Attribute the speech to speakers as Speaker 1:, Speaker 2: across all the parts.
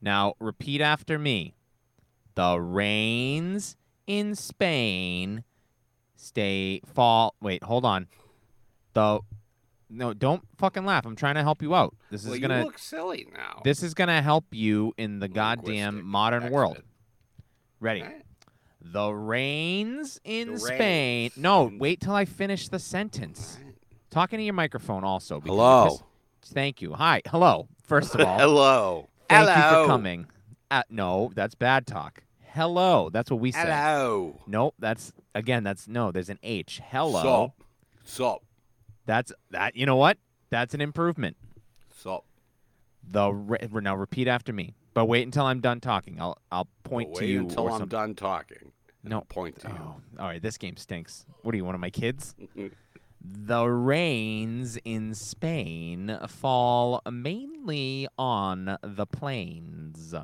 Speaker 1: Now, repeat after me. The rains in Spain stay fall. Wait, hold on. The no, don't fucking laugh. I'm trying to help you out. This is
Speaker 2: well,
Speaker 1: gonna
Speaker 2: you look silly now.
Speaker 1: this is gonna help you in the goddamn
Speaker 2: Linguistic
Speaker 1: modern world.
Speaker 2: expert.
Speaker 1: Ready?
Speaker 2: Alright.
Speaker 1: The rains in
Speaker 2: The
Speaker 1: Spain.
Speaker 2: rains
Speaker 1: No,
Speaker 2: in-
Speaker 1: wait till I finish the sentence.
Speaker 2: Alright.
Speaker 1: Talking to your microphone also. because-
Speaker 3: Hello.
Speaker 1: because- Thank you. Hi. Hello. First of all,
Speaker 3: Hello.
Speaker 1: thank you
Speaker 3: Hello.
Speaker 1: for coming. Uh, no, that's bad talk. Hello. That's what we say.
Speaker 3: Hello.
Speaker 1: Nope. That's again. That's no. There's an H. Hello.
Speaker 3: Sup. Sup.
Speaker 1: That's that. You know what? That's an improvement.
Speaker 3: Sup.
Speaker 1: The ra- now repeat after me, but wait until I'm done talking. I'll I'll point
Speaker 3: Well,
Speaker 1: to
Speaker 3: wait
Speaker 1: you
Speaker 3: until
Speaker 1: or
Speaker 3: I'm
Speaker 1: something.
Speaker 3: done talking. and
Speaker 1: No.
Speaker 3: I'll Point to you.
Speaker 1: Oh, all right. This game stinks. What are you, one of my kids? the rains in Spain fall mainly on the plains.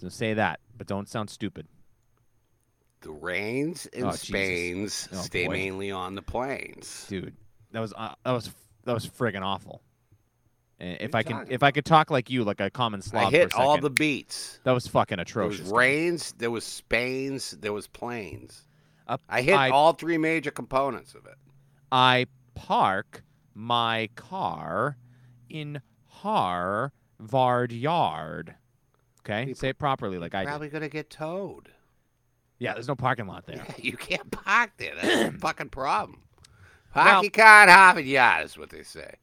Speaker 1: So say that, but don't sound stupid.
Speaker 3: The rains and
Speaker 1: Oh, Jesus.
Speaker 3: Spain's
Speaker 1: Oh,
Speaker 3: stay
Speaker 1: boy.
Speaker 3: mainly on the plains.
Speaker 1: dude that was uh, that was that was friggin' awful Eh, if
Speaker 2: you
Speaker 1: i can
Speaker 2: talking
Speaker 1: if i could talk like you like a common slob
Speaker 3: I
Speaker 1: for
Speaker 3: hit
Speaker 1: a
Speaker 3: all the
Speaker 1: second,
Speaker 3: beats.
Speaker 1: that was fucking
Speaker 3: There was
Speaker 1: atrocious dude.
Speaker 3: rains, there was Spain's, there was plains.
Speaker 1: Up-
Speaker 3: I hit
Speaker 1: I-
Speaker 3: all three major components of it.
Speaker 1: i park my car in harvard yard okay
Speaker 3: You
Speaker 1: say it properly like i did.
Speaker 3: Probably gonna get towed.
Speaker 1: yeah there's no parking lot there
Speaker 3: You can't park there. That's the fucking problem. Park
Speaker 1: Well-
Speaker 3: your car at Harvard Yard is what they say.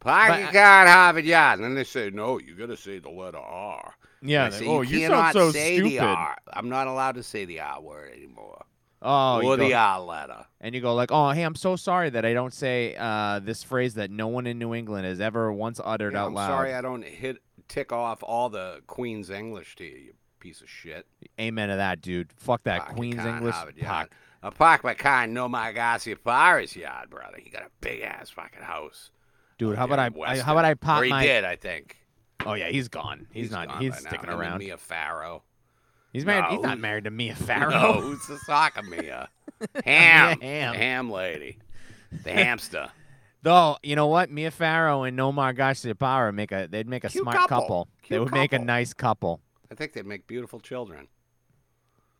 Speaker 3: Park
Speaker 1: But
Speaker 3: your
Speaker 1: I-
Speaker 3: car at Harvard Yard. And then they say, no, you got to say the letter R.
Speaker 1: yeah
Speaker 3: I
Speaker 1: they-
Speaker 3: say,
Speaker 1: oh
Speaker 3: you,
Speaker 1: you
Speaker 3: cannot
Speaker 1: sound so
Speaker 3: say
Speaker 1: stupid
Speaker 3: the R. I'm not allowed to say the R word anymore.
Speaker 1: oh
Speaker 3: or
Speaker 1: you
Speaker 3: the
Speaker 1: go,
Speaker 3: R letter.
Speaker 1: and you go like oh hey i'm so sorry that i don't say uh, this phrase that no one in new england has ever once uttered
Speaker 3: Yeah,
Speaker 1: out
Speaker 3: I'm
Speaker 1: loud
Speaker 3: sorry I don't hit tick off all the Queen's English to you, you piece of shit.
Speaker 1: amen to that dude fuck that
Speaker 3: Park your
Speaker 1: queen's
Speaker 3: car at
Speaker 1: english
Speaker 3: Harvard
Speaker 1: Fuck.
Speaker 3: Yard. I park my car in No My Garcia Forest Yard, brother. He got a big ass fucking house.
Speaker 1: Dude, how
Speaker 3: down
Speaker 1: about I,
Speaker 3: in
Speaker 1: I
Speaker 3: Weston.
Speaker 1: how about I pop
Speaker 3: or he
Speaker 1: my
Speaker 3: did, I think.
Speaker 1: Oh yeah, he's gone. He's, not
Speaker 3: gone
Speaker 1: he's
Speaker 3: by now.
Speaker 1: sticking
Speaker 3: Him and
Speaker 1: around.
Speaker 3: Mia Farrow.
Speaker 1: He's married he's
Speaker 3: No.
Speaker 1: not married to Mia
Speaker 3: No,
Speaker 1: Farrow.
Speaker 3: who's the soccer Mia? Ham.
Speaker 1: Mia Hamm.
Speaker 3: The ham lady. The hamster.
Speaker 1: Though, you know what? Mia Farrow and Nomar Garciapara make a they'd make a
Speaker 3: Cute
Speaker 1: smart couple.
Speaker 3: couple.
Speaker 1: They
Speaker 3: Cute
Speaker 1: would make a
Speaker 3: couple.
Speaker 1: nice couple.
Speaker 3: I think they make beautiful children.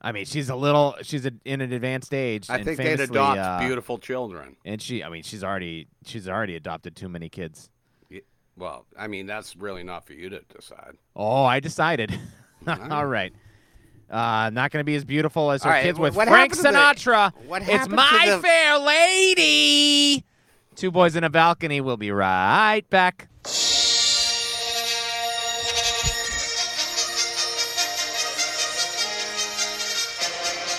Speaker 1: I mean, she's a little she's a, in an advanced age.
Speaker 3: I
Speaker 1: and
Speaker 3: think
Speaker 1: famously,
Speaker 3: they'd adopt
Speaker 1: uh,
Speaker 3: beautiful children.
Speaker 1: And she I mean, she's already she's already adopted too many kids.
Speaker 3: Well, I mean, that's really not for you to decide.
Speaker 1: Oh, I decided. All right. Uh, not going to be as beautiful as her
Speaker 3: All right,
Speaker 1: kids
Speaker 3: wh-
Speaker 1: with
Speaker 3: what
Speaker 1: Frank
Speaker 3: happened to the-
Speaker 1: Sinatra.
Speaker 3: what
Speaker 1: it's
Speaker 3: happened to
Speaker 1: My
Speaker 3: the-
Speaker 1: Fair Lady. Two boys in a balcony. We'll be right back.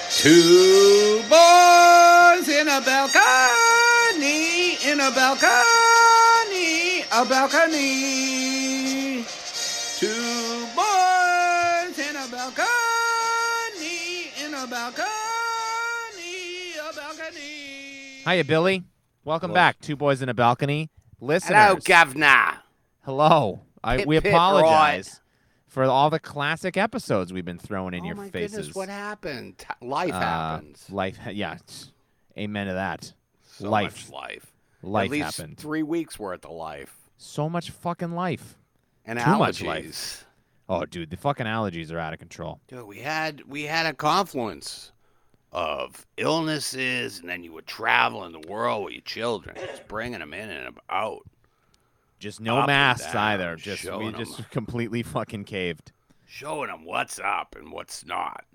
Speaker 2: Two boys in a balcony, in a balcony, a balcony. Two boys in a balcony, in a balcony, a balcony.
Speaker 1: Hiya, Billy. Welcome
Speaker 3: Hello.
Speaker 1: back. Two boys in a balcony. Listeners.
Speaker 3: Hello, governor.
Speaker 1: Hello. I,
Speaker 3: Pit,
Speaker 1: we
Speaker 3: pit,
Speaker 1: apologize for all the classic episodes we've been throwing in
Speaker 3: oh
Speaker 1: your
Speaker 3: my
Speaker 1: faces.
Speaker 3: goodness, what happened? T- Life
Speaker 1: Uh,
Speaker 3: happens.
Speaker 1: Life. Yeah. tch, Amen to that.
Speaker 3: So
Speaker 1: life.
Speaker 3: much life.
Speaker 1: Life
Speaker 3: At least
Speaker 1: happened.
Speaker 3: three weeks worth of life.
Speaker 1: so much fucking life.
Speaker 3: And
Speaker 1: Too
Speaker 3: allergies.
Speaker 1: much life. Oh, dude, the fucking allergies are out of control.
Speaker 3: Dude, we had we had a confluence of illnesses, and then you were traveling the world with your children, just bringing them in and out,
Speaker 1: Just no
Speaker 3: Up and
Speaker 1: masks
Speaker 3: down,
Speaker 1: either. Just we
Speaker 3: showing 'em.
Speaker 1: just completely fucking caved.
Speaker 3: showing them what's up and what's not.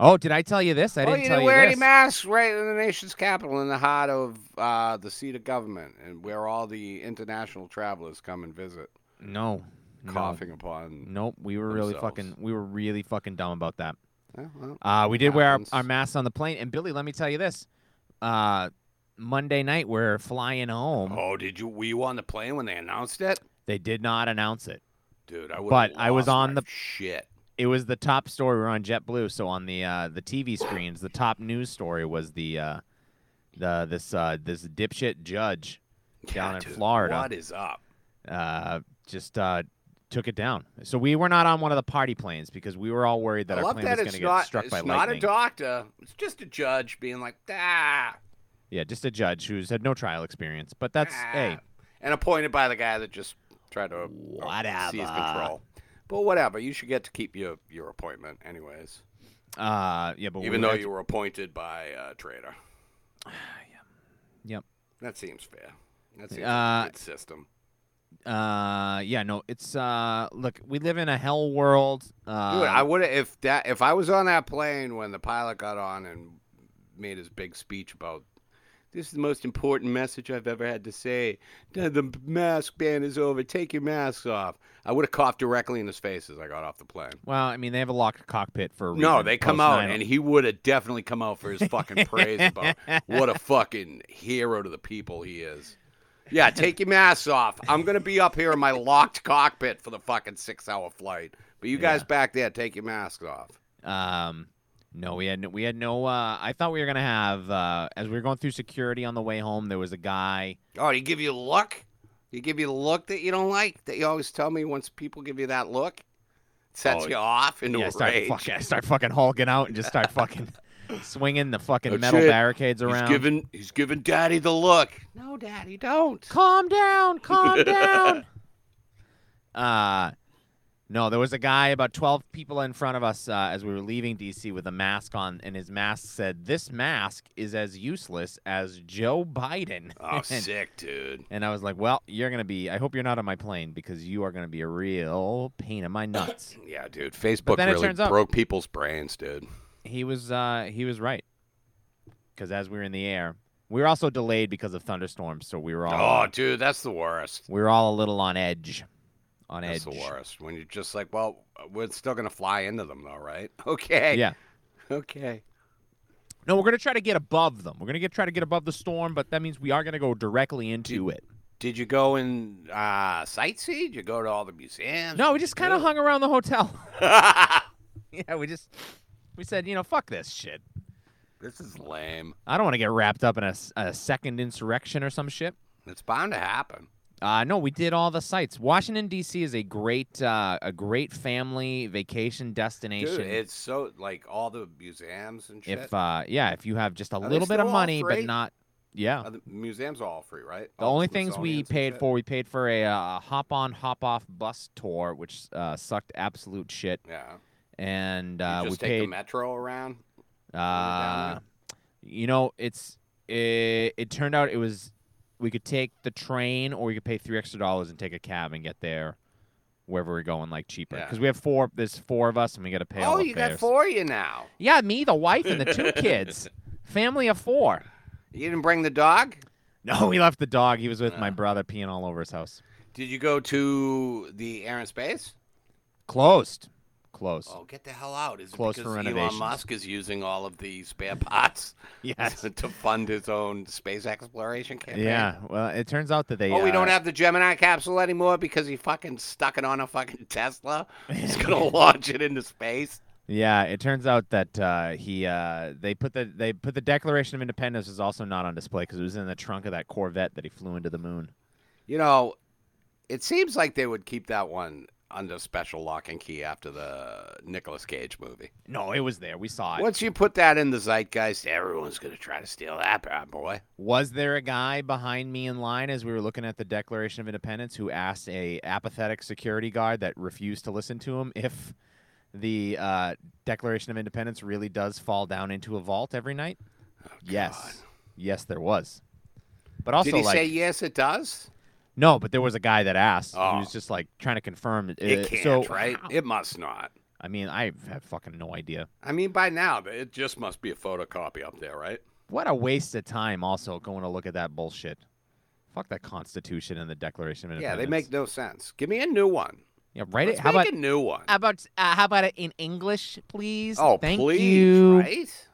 Speaker 1: Oh, did I tell you this? I
Speaker 3: well,
Speaker 1: didn't
Speaker 3: you
Speaker 1: tell
Speaker 3: didn't wear
Speaker 1: this.
Speaker 3: any masks right in the nation's capital, in the heart of uh, the seat of government, and where all the international travelers come and visit,
Speaker 1: no, no.
Speaker 3: coughing upon.
Speaker 1: Nope, we were really
Speaker 3: themselves.
Speaker 1: fucking we were really fucking dumb about that.
Speaker 3: Eh, well,
Speaker 1: Uh, we did wear our,
Speaker 3: Happens.
Speaker 1: our masks on the plane. And Billy, let me tell you this. Uh, Monday night we're flying home.
Speaker 3: Oh, did you? Were you on the plane when they announced it?
Speaker 1: They did not announce it.
Speaker 3: Dude, I would.
Speaker 1: But I was on the-
Speaker 3: shit.
Speaker 1: It was the top story. We were on JetBlue, so on the uh, the TV screens, the top news story was the uh, the this uh, this dipshit judge down
Speaker 3: Yeah,
Speaker 1: in
Speaker 3: dude,
Speaker 1: Florida.
Speaker 3: What is up?
Speaker 1: uh, just uh, took it down. So we were not on one of the party planes because we were all worried that
Speaker 3: I
Speaker 1: our
Speaker 3: love
Speaker 1: plane
Speaker 3: that
Speaker 1: was going
Speaker 3: it's
Speaker 1: to
Speaker 3: not,
Speaker 1: get struck
Speaker 3: it's
Speaker 1: by
Speaker 3: not
Speaker 1: lightning.
Speaker 3: a doctor. It's just a judge being like, ah,
Speaker 1: yeah, just a judge who's had no trial experience. But that's
Speaker 3: ah,"
Speaker 1: hey,
Speaker 3: and appointed by the guy that just tried to uh,
Speaker 1: Whatever.
Speaker 3: seize control. But whatever, you should get to keep your, your appointment, anyways.
Speaker 1: Uh, yeah, but we
Speaker 3: Ah. Even
Speaker 1: would
Speaker 3: though
Speaker 1: have
Speaker 3: you were appointed by a trader.
Speaker 1: to- yep.
Speaker 3: That seems fair. That seems
Speaker 1: Uh,
Speaker 3: like a good system.
Speaker 1: Uh, yeah, no, it's uh, look, we live in a hell world. Uh,
Speaker 3: Dude, I would have if that if I was on that plane when the pilot got on and made his big speech about this is the most important message I've ever had to say. The- The mask ban is over. Take your masks off. I would have coughed directly in his face as I got off the plane.
Speaker 1: well, I mean, they have a locked cockpit for a reason.
Speaker 3: No, they come
Speaker 1: post
Speaker 3: out
Speaker 1: 9
Speaker 3: and he would have definitely come out for his fucking praise about what a fucking hero to the people he is. Yeah, take your masks off. I'm gonna be up here in my locked cockpit for the fucking six hour flight. But you guys
Speaker 1: Yeah.
Speaker 3: back there, take your masks off.
Speaker 1: Um, no, we had no, we had no. Uh, I thought we were gonna have uh, as we were going through security on the way home. There was a guy.
Speaker 3: Oh, he give you a look? He give you a look that you don't like? That you always tell me once people give you that look? It sets
Speaker 1: Oh,
Speaker 3: you off into
Speaker 1: yeah, I
Speaker 3: a
Speaker 1: start
Speaker 3: rage.
Speaker 1: fucking, I start fucking hulking out and just start fucking swinging the fucking
Speaker 3: That's
Speaker 1: metal
Speaker 3: it.
Speaker 1: barricades
Speaker 3: Oh, he's
Speaker 1: around.
Speaker 3: giving he's giving daddy the look. No, daddy, don't.
Speaker 1: calm down, calm down. Uh no, there was a guy about 12 people in front of us uh, as we were leaving DC with a mask on, and his mask said, This mask is as useless as Joe Biden.
Speaker 3: Oh,
Speaker 1: and,
Speaker 3: sick, dude.
Speaker 1: and I was like, Well, you're going to be, I hope you're not on my plane because you are going to be a real pain in my nuts.
Speaker 3: Yeah, dude. Facebook
Speaker 1: then it
Speaker 3: really
Speaker 1: turns out-
Speaker 3: broke people's brains, dude.
Speaker 1: he was uh, he was right. Because as we were in the air, we were also delayed because of thunderstorms, so we were all
Speaker 3: Oh, dude, that's the worst.
Speaker 1: we were all a little on edge. On
Speaker 3: That's the
Speaker 1: edge.
Speaker 3: worst. When you're just like, well, we're still gonna fly into them though, right? Okay.
Speaker 1: Yeah.
Speaker 3: Okay.
Speaker 1: No, we're gonna try to get above them. We're gonna get try to get above the storm, but that means we are gonna go directly into it.
Speaker 3: Did you go and uh, sightsee? Did you go to all the museums?
Speaker 1: No, we just kind of hung around the hotel.
Speaker 3: hung.
Speaker 1: yeah, we just we said, you know, fuck this shit.
Speaker 3: this is lame.
Speaker 1: I don't want to get wrapped up in a, s- a second insurrection or some shit.
Speaker 3: It's bound to happen.
Speaker 1: Uh, no, we did all the sites. Washington D.C. is a great uh, a great family vacation destination.
Speaker 3: Dude, it's so like all the museums and shit.
Speaker 1: if uh, yeah, if you have just a
Speaker 3: they
Speaker 1: little bit
Speaker 3: still
Speaker 1: of
Speaker 3: all
Speaker 1: money, but
Speaker 3: free?
Speaker 1: not yeah.
Speaker 3: Uh, the museums are all free, right?
Speaker 1: The
Speaker 3: All
Speaker 1: only things we
Speaker 3: Smithsonian's and
Speaker 1: paid
Speaker 3: shit?
Speaker 1: for, we paid for a uh, hop on, hop off bus tour, which uh, sucked absolute shit.
Speaker 3: Yeah.
Speaker 1: and
Speaker 3: You
Speaker 1: uh, we
Speaker 3: just take the
Speaker 1: paid.
Speaker 3: metro around.
Speaker 1: uh, you know, it's it, it turned out it was we could take the train or we could pay three extra dollars and take a cab and get there wherever we're going like cheaper
Speaker 3: Yeah.
Speaker 1: because we have four. There's four of us and we got to pay. all
Speaker 3: oh,
Speaker 1: the
Speaker 3: you got
Speaker 1: fares.
Speaker 3: four of you now.
Speaker 1: Yeah, me, the wife, and the two kids. Family of four.
Speaker 3: You didn't bring the dog?
Speaker 1: No, we left the dog. He was with my
Speaker 3: Yeah.
Speaker 1: brother peeing all over his house.
Speaker 3: Did you go to the Air and Space?
Speaker 1: Closed. Closed.
Speaker 3: Oh, get the hell out! Is
Speaker 1: Close
Speaker 3: it
Speaker 1: for
Speaker 3: because Elon
Speaker 1: renovations.
Speaker 3: Musk is using all of the spare parts
Speaker 1: Yes.
Speaker 3: to fund his own space exploration campaign?
Speaker 1: yeah. Well, it turns out that they.
Speaker 3: Oh, we
Speaker 1: uh,
Speaker 3: don't have the Gemini capsule anymore because he fucking stuck it on a fucking Tesla. He's gonna launch it into space.
Speaker 1: Yeah, it turns out that uh, he uh, they put the they put the Declaration of Independence is also not on display because it was in the trunk of that Corvette that he flew into the moon.
Speaker 3: You know, it seems like they would keep that one under special lock and key after the Nicolas Cage movie.
Speaker 1: No, it was there. We saw it.
Speaker 3: Once you put that in the zeitgeist, everyone's gonna try to steal that bad boy.
Speaker 1: Was there a guy behind me in line as we were looking at the Declaration of Independence who asked a apathetic security guard that refused to listen to him if the uh, Declaration of Independence really does fall down into a vault every night? yes, yes, there was. But also,
Speaker 3: Oh, Did he
Speaker 1: like,
Speaker 3: say yes? It does.
Speaker 1: No, but there was a guy that asked. He
Speaker 3: Oh.
Speaker 1: was just like trying to confirm. It,
Speaker 3: It
Speaker 1: uh,
Speaker 3: can't,
Speaker 1: so,
Speaker 3: right? It must not.
Speaker 1: I mean, I have fucking no idea.
Speaker 3: I mean, by now, it just must be a photocopy up there, right?
Speaker 1: What a waste of time. Also, going to look at that bullshit. Fuck that Constitution and the Declaration of
Speaker 3: Yeah,
Speaker 1: Independence.
Speaker 3: they make no sense. Give me a new one.
Speaker 1: Yeah, write it.
Speaker 3: Let's
Speaker 1: How
Speaker 3: make
Speaker 1: about
Speaker 3: a new one?
Speaker 1: how about uh, how about it in English, please?
Speaker 3: Oh,
Speaker 1: Thank
Speaker 3: please,
Speaker 1: you.
Speaker 3: right?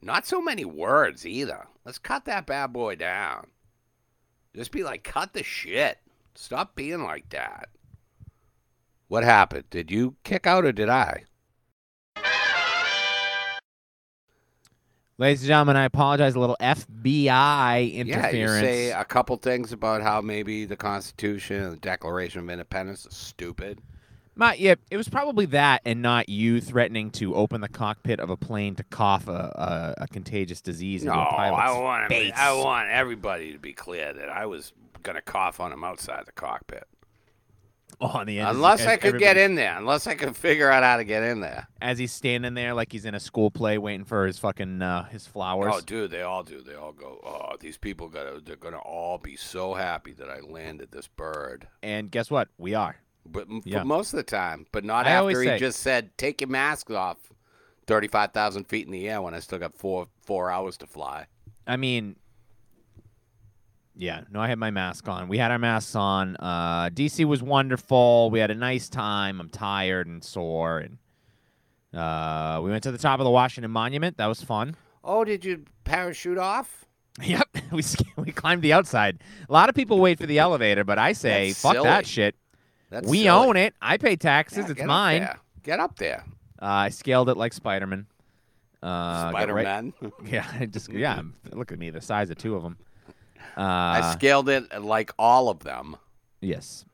Speaker 3: Not so many words either. Let's cut that bad boy down. Just be like, cut the shit. Stop being like that. What happened? Did you kick out or did I?
Speaker 1: Ladies and gentlemen, I apologize. A little FBI
Speaker 3: Yeah,
Speaker 1: interference.
Speaker 3: you say uh, a couple things about how maybe the Constitution and the Declaration of Independence is stupid.
Speaker 1: My, yeah, it was probably that and not you threatening to open the cockpit of a plane to cough a, a, a contagious disease into a pilot's
Speaker 3: I want
Speaker 1: face.
Speaker 3: I want everybody to be clear that I was gonna cough on him outside the cockpit.
Speaker 1: on the end. as-
Speaker 3: Unless
Speaker 1: as
Speaker 3: I could
Speaker 1: everybody-
Speaker 3: get in there. Unless I could figure out how to get in there.
Speaker 1: as he's standing there like he's in a school play waiting for his fucking uh, his flowers.
Speaker 3: Oh, dude, they all do. They all go. Oh, these people gotta. They're gonna all be so happy that I landed this bird.
Speaker 1: And guess what? We are.
Speaker 3: But m- for
Speaker 1: Yeah.
Speaker 3: most of the time, but not
Speaker 1: I always
Speaker 3: after he
Speaker 1: say-
Speaker 3: just said, "Take your mask off." Thirty-five thousand feet in the air when I still got four four hours to fly.
Speaker 1: I mean, yeah. No, I had my mask on. We had our masks on. Uh, DC was wonderful. We had a nice time. I'm tired and sore, and uh, we went to the top of the Washington Monument. That was fun.
Speaker 3: Oh, did you parachute off?
Speaker 1: Yep, we sk- we climbed the outside. A lot of people wait for the elevator, but I say,
Speaker 3: That's
Speaker 1: fuck
Speaker 3: silly.
Speaker 1: that shit.
Speaker 3: That's
Speaker 1: we
Speaker 3: silly.
Speaker 1: own it. I pay
Speaker 3: Yeah,
Speaker 1: taxes. it's
Speaker 3: get up
Speaker 1: mine. Uh,
Speaker 3: there. Get up there,
Speaker 1: I scaled it like Spider-Man. Uh, got
Speaker 3: Spider
Speaker 1: right-
Speaker 3: Man.
Speaker 1: Yeah, I just yeah. I'm- Look at me, the size of two of them. Uh,
Speaker 3: I scaled it uh, like all of them.
Speaker 1: yes.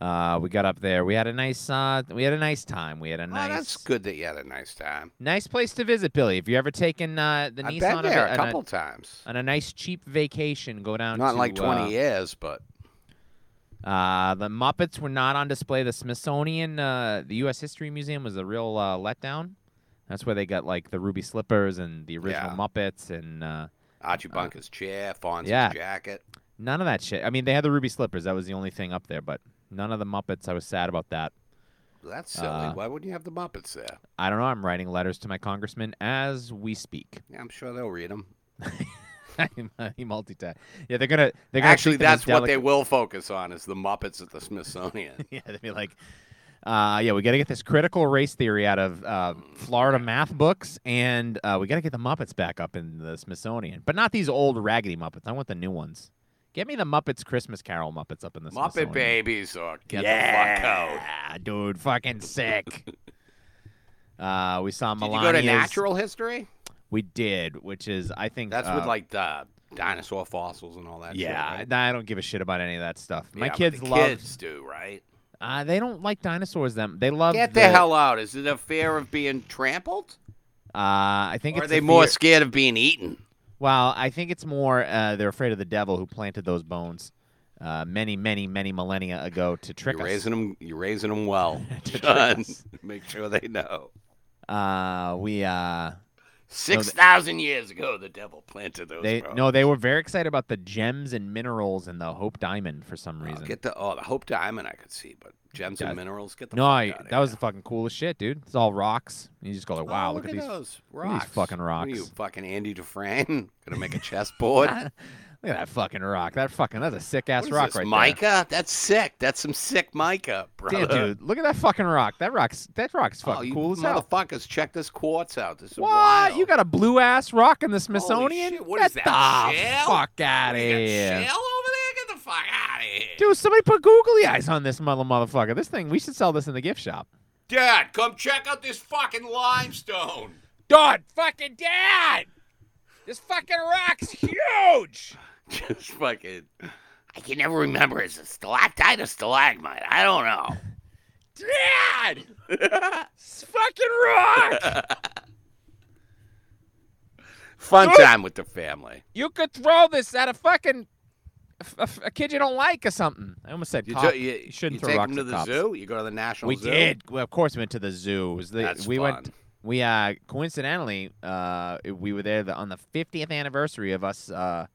Speaker 1: Uh, we got up there. We had a nice uh, we had a nice time. We had a
Speaker 3: Oh,
Speaker 1: nice
Speaker 3: that's good that you had a nice time.
Speaker 1: nice place to visit, Billy. If you ever taken uh, the
Speaker 3: I've
Speaker 1: Nissan
Speaker 3: been
Speaker 1: on a
Speaker 3: there
Speaker 1: va-
Speaker 3: a
Speaker 1: on
Speaker 3: couple times.
Speaker 1: on a nice cheap vacation, go down.
Speaker 3: Not
Speaker 1: to,
Speaker 3: in like
Speaker 1: uh,
Speaker 3: 20 years, but
Speaker 1: Uh, the Muppets were not on display. The Smithsonian, uh, the U.S. History Museum was a real uh, letdown. That's where they got like the ruby slippers and the original
Speaker 3: Yeah.
Speaker 1: Muppets and uh,
Speaker 3: Archie Bunker's chair, Fonzie's
Speaker 1: yeah.
Speaker 3: jacket.
Speaker 1: none of that shit. I mean, they had the ruby slippers. That was the only thing up there, but none of the Muppets. I was sad about that.
Speaker 3: That's silly.
Speaker 1: Uh,
Speaker 3: Why wouldn't you have the Muppets there?
Speaker 1: I don't know. I'm writing letters to my congressman as we speak.
Speaker 3: Yeah, I'm sure they'll read them.
Speaker 1: I'm multitask. Yeah, they're gonna. They're gonna
Speaker 3: Actually,
Speaker 1: treat them as
Speaker 3: that's what they
Speaker 1: delicate-
Speaker 3: will focus on is the Muppets at the Smithsonian.
Speaker 1: Yeah, they'd be like, uh, yeah, we got to get this critical race theory out of uh, Florida math books, and uh, we got to get the Muppets back up in the Smithsonian, but not these old raggedy Muppets. I want the new ones. Get me the Muppets Christmas Carol Muppets up in the
Speaker 3: Muppet
Speaker 1: Smithsonian.
Speaker 3: babies or get
Speaker 1: yeah,
Speaker 3: the fuck out.
Speaker 1: dude, fucking sick. uh, we saw
Speaker 3: Did
Speaker 1: Melania's.
Speaker 3: you go to natural history?
Speaker 1: We did, which is I think
Speaker 3: That's
Speaker 1: uh,
Speaker 3: with like the dinosaur fossils and all that. shit,
Speaker 1: yeah.
Speaker 3: right?
Speaker 1: I don't give a shit about any of that stuff. My
Speaker 3: Yeah, but
Speaker 1: kids
Speaker 3: the
Speaker 1: love.
Speaker 3: kids do right.
Speaker 1: Uh, they don't like dinosaurs. Them they love.
Speaker 3: Get the hell out! Is it a fear of being trampled?
Speaker 1: Uh, I think
Speaker 3: Or are
Speaker 1: it's
Speaker 3: they
Speaker 1: the
Speaker 3: more
Speaker 1: fear-
Speaker 3: scared of being eaten?
Speaker 1: Well, I think it's more uh, they're afraid of the devil who planted those bones uh, many, many, many millennia ago to trick
Speaker 3: You're
Speaker 1: us.
Speaker 3: raising them. You're raising them well,
Speaker 1: To trick
Speaker 3: John.
Speaker 1: us.
Speaker 3: Make sure they know.
Speaker 1: Uh, we uh,
Speaker 3: Six thousand years ago, the devil planted those.
Speaker 1: they
Speaker 3: bro.
Speaker 1: no, they were very excited about the gems and minerals and the Hope Diamond for some
Speaker 3: Oh,
Speaker 1: reason.
Speaker 3: get the oh the hope diamond I could see, but gems
Speaker 1: Yeah.
Speaker 3: and minerals. Get the
Speaker 1: no,
Speaker 3: fuck
Speaker 1: I,
Speaker 3: outta
Speaker 1: that was the
Speaker 3: here.
Speaker 1: fucking coolest shit, dude. It's all rocks. You just go like, wow,
Speaker 3: Oh,
Speaker 1: look, at these.
Speaker 3: those
Speaker 1: at these
Speaker 3: rocks.
Speaker 1: fucking
Speaker 3: What are you
Speaker 1: rocks.
Speaker 3: fucking Andy Dufresne? Gonna make a chessboard.
Speaker 1: look at that fucking rock. That fucking that's a sick ass
Speaker 3: What is
Speaker 1: rock
Speaker 3: this,
Speaker 1: right
Speaker 3: mica? That's sick. That's some sick mica,
Speaker 1: there.
Speaker 3: brother.
Speaker 1: Damn, dude, look at that fucking rock. That rock's that rock's
Speaker 3: Oh,
Speaker 1: fucking
Speaker 3: you
Speaker 1: cool as hell.
Speaker 3: motherfuckers, check this quartz out. This is
Speaker 1: What?
Speaker 3: wild.
Speaker 1: You got a blue ass rock in the Smithsonian?
Speaker 3: shit, what
Speaker 1: Get
Speaker 3: is that,
Speaker 1: the
Speaker 3: shale?
Speaker 1: fuck out of
Speaker 3: You got
Speaker 1: here.
Speaker 3: shell over there? Get the fuck out of here.
Speaker 1: Dude, somebody put googly eyes on this mother motherfucker. This thing, we should sell this in the gift shop.
Speaker 3: Dad, come check out this fucking limestone.
Speaker 1: Dad, fucking dad! This fucking rock's huge!
Speaker 3: Just fucking. I can never remember. Is it stalactite or stalagmite? I don't know.
Speaker 1: Dad! this fucking rock!
Speaker 3: Fun
Speaker 1: Dude.
Speaker 3: time with the family.
Speaker 1: You could throw this at a fucking. A, a- a kid you don't like or something. I almost said
Speaker 3: You,
Speaker 1: cop.
Speaker 3: took- you,
Speaker 1: You shouldn't
Speaker 3: you
Speaker 1: throw
Speaker 3: take
Speaker 1: rocks
Speaker 3: them to
Speaker 1: at
Speaker 3: the
Speaker 1: cops.
Speaker 3: zoo. You go to the national
Speaker 1: We
Speaker 3: zoo.
Speaker 1: did. Well, of course, we went to the zoo. It was the,
Speaker 3: That's
Speaker 1: we went.
Speaker 3: fun.
Speaker 1: We uh, coincidentally, uh, we were there the, on the 50th anniversary of us uh,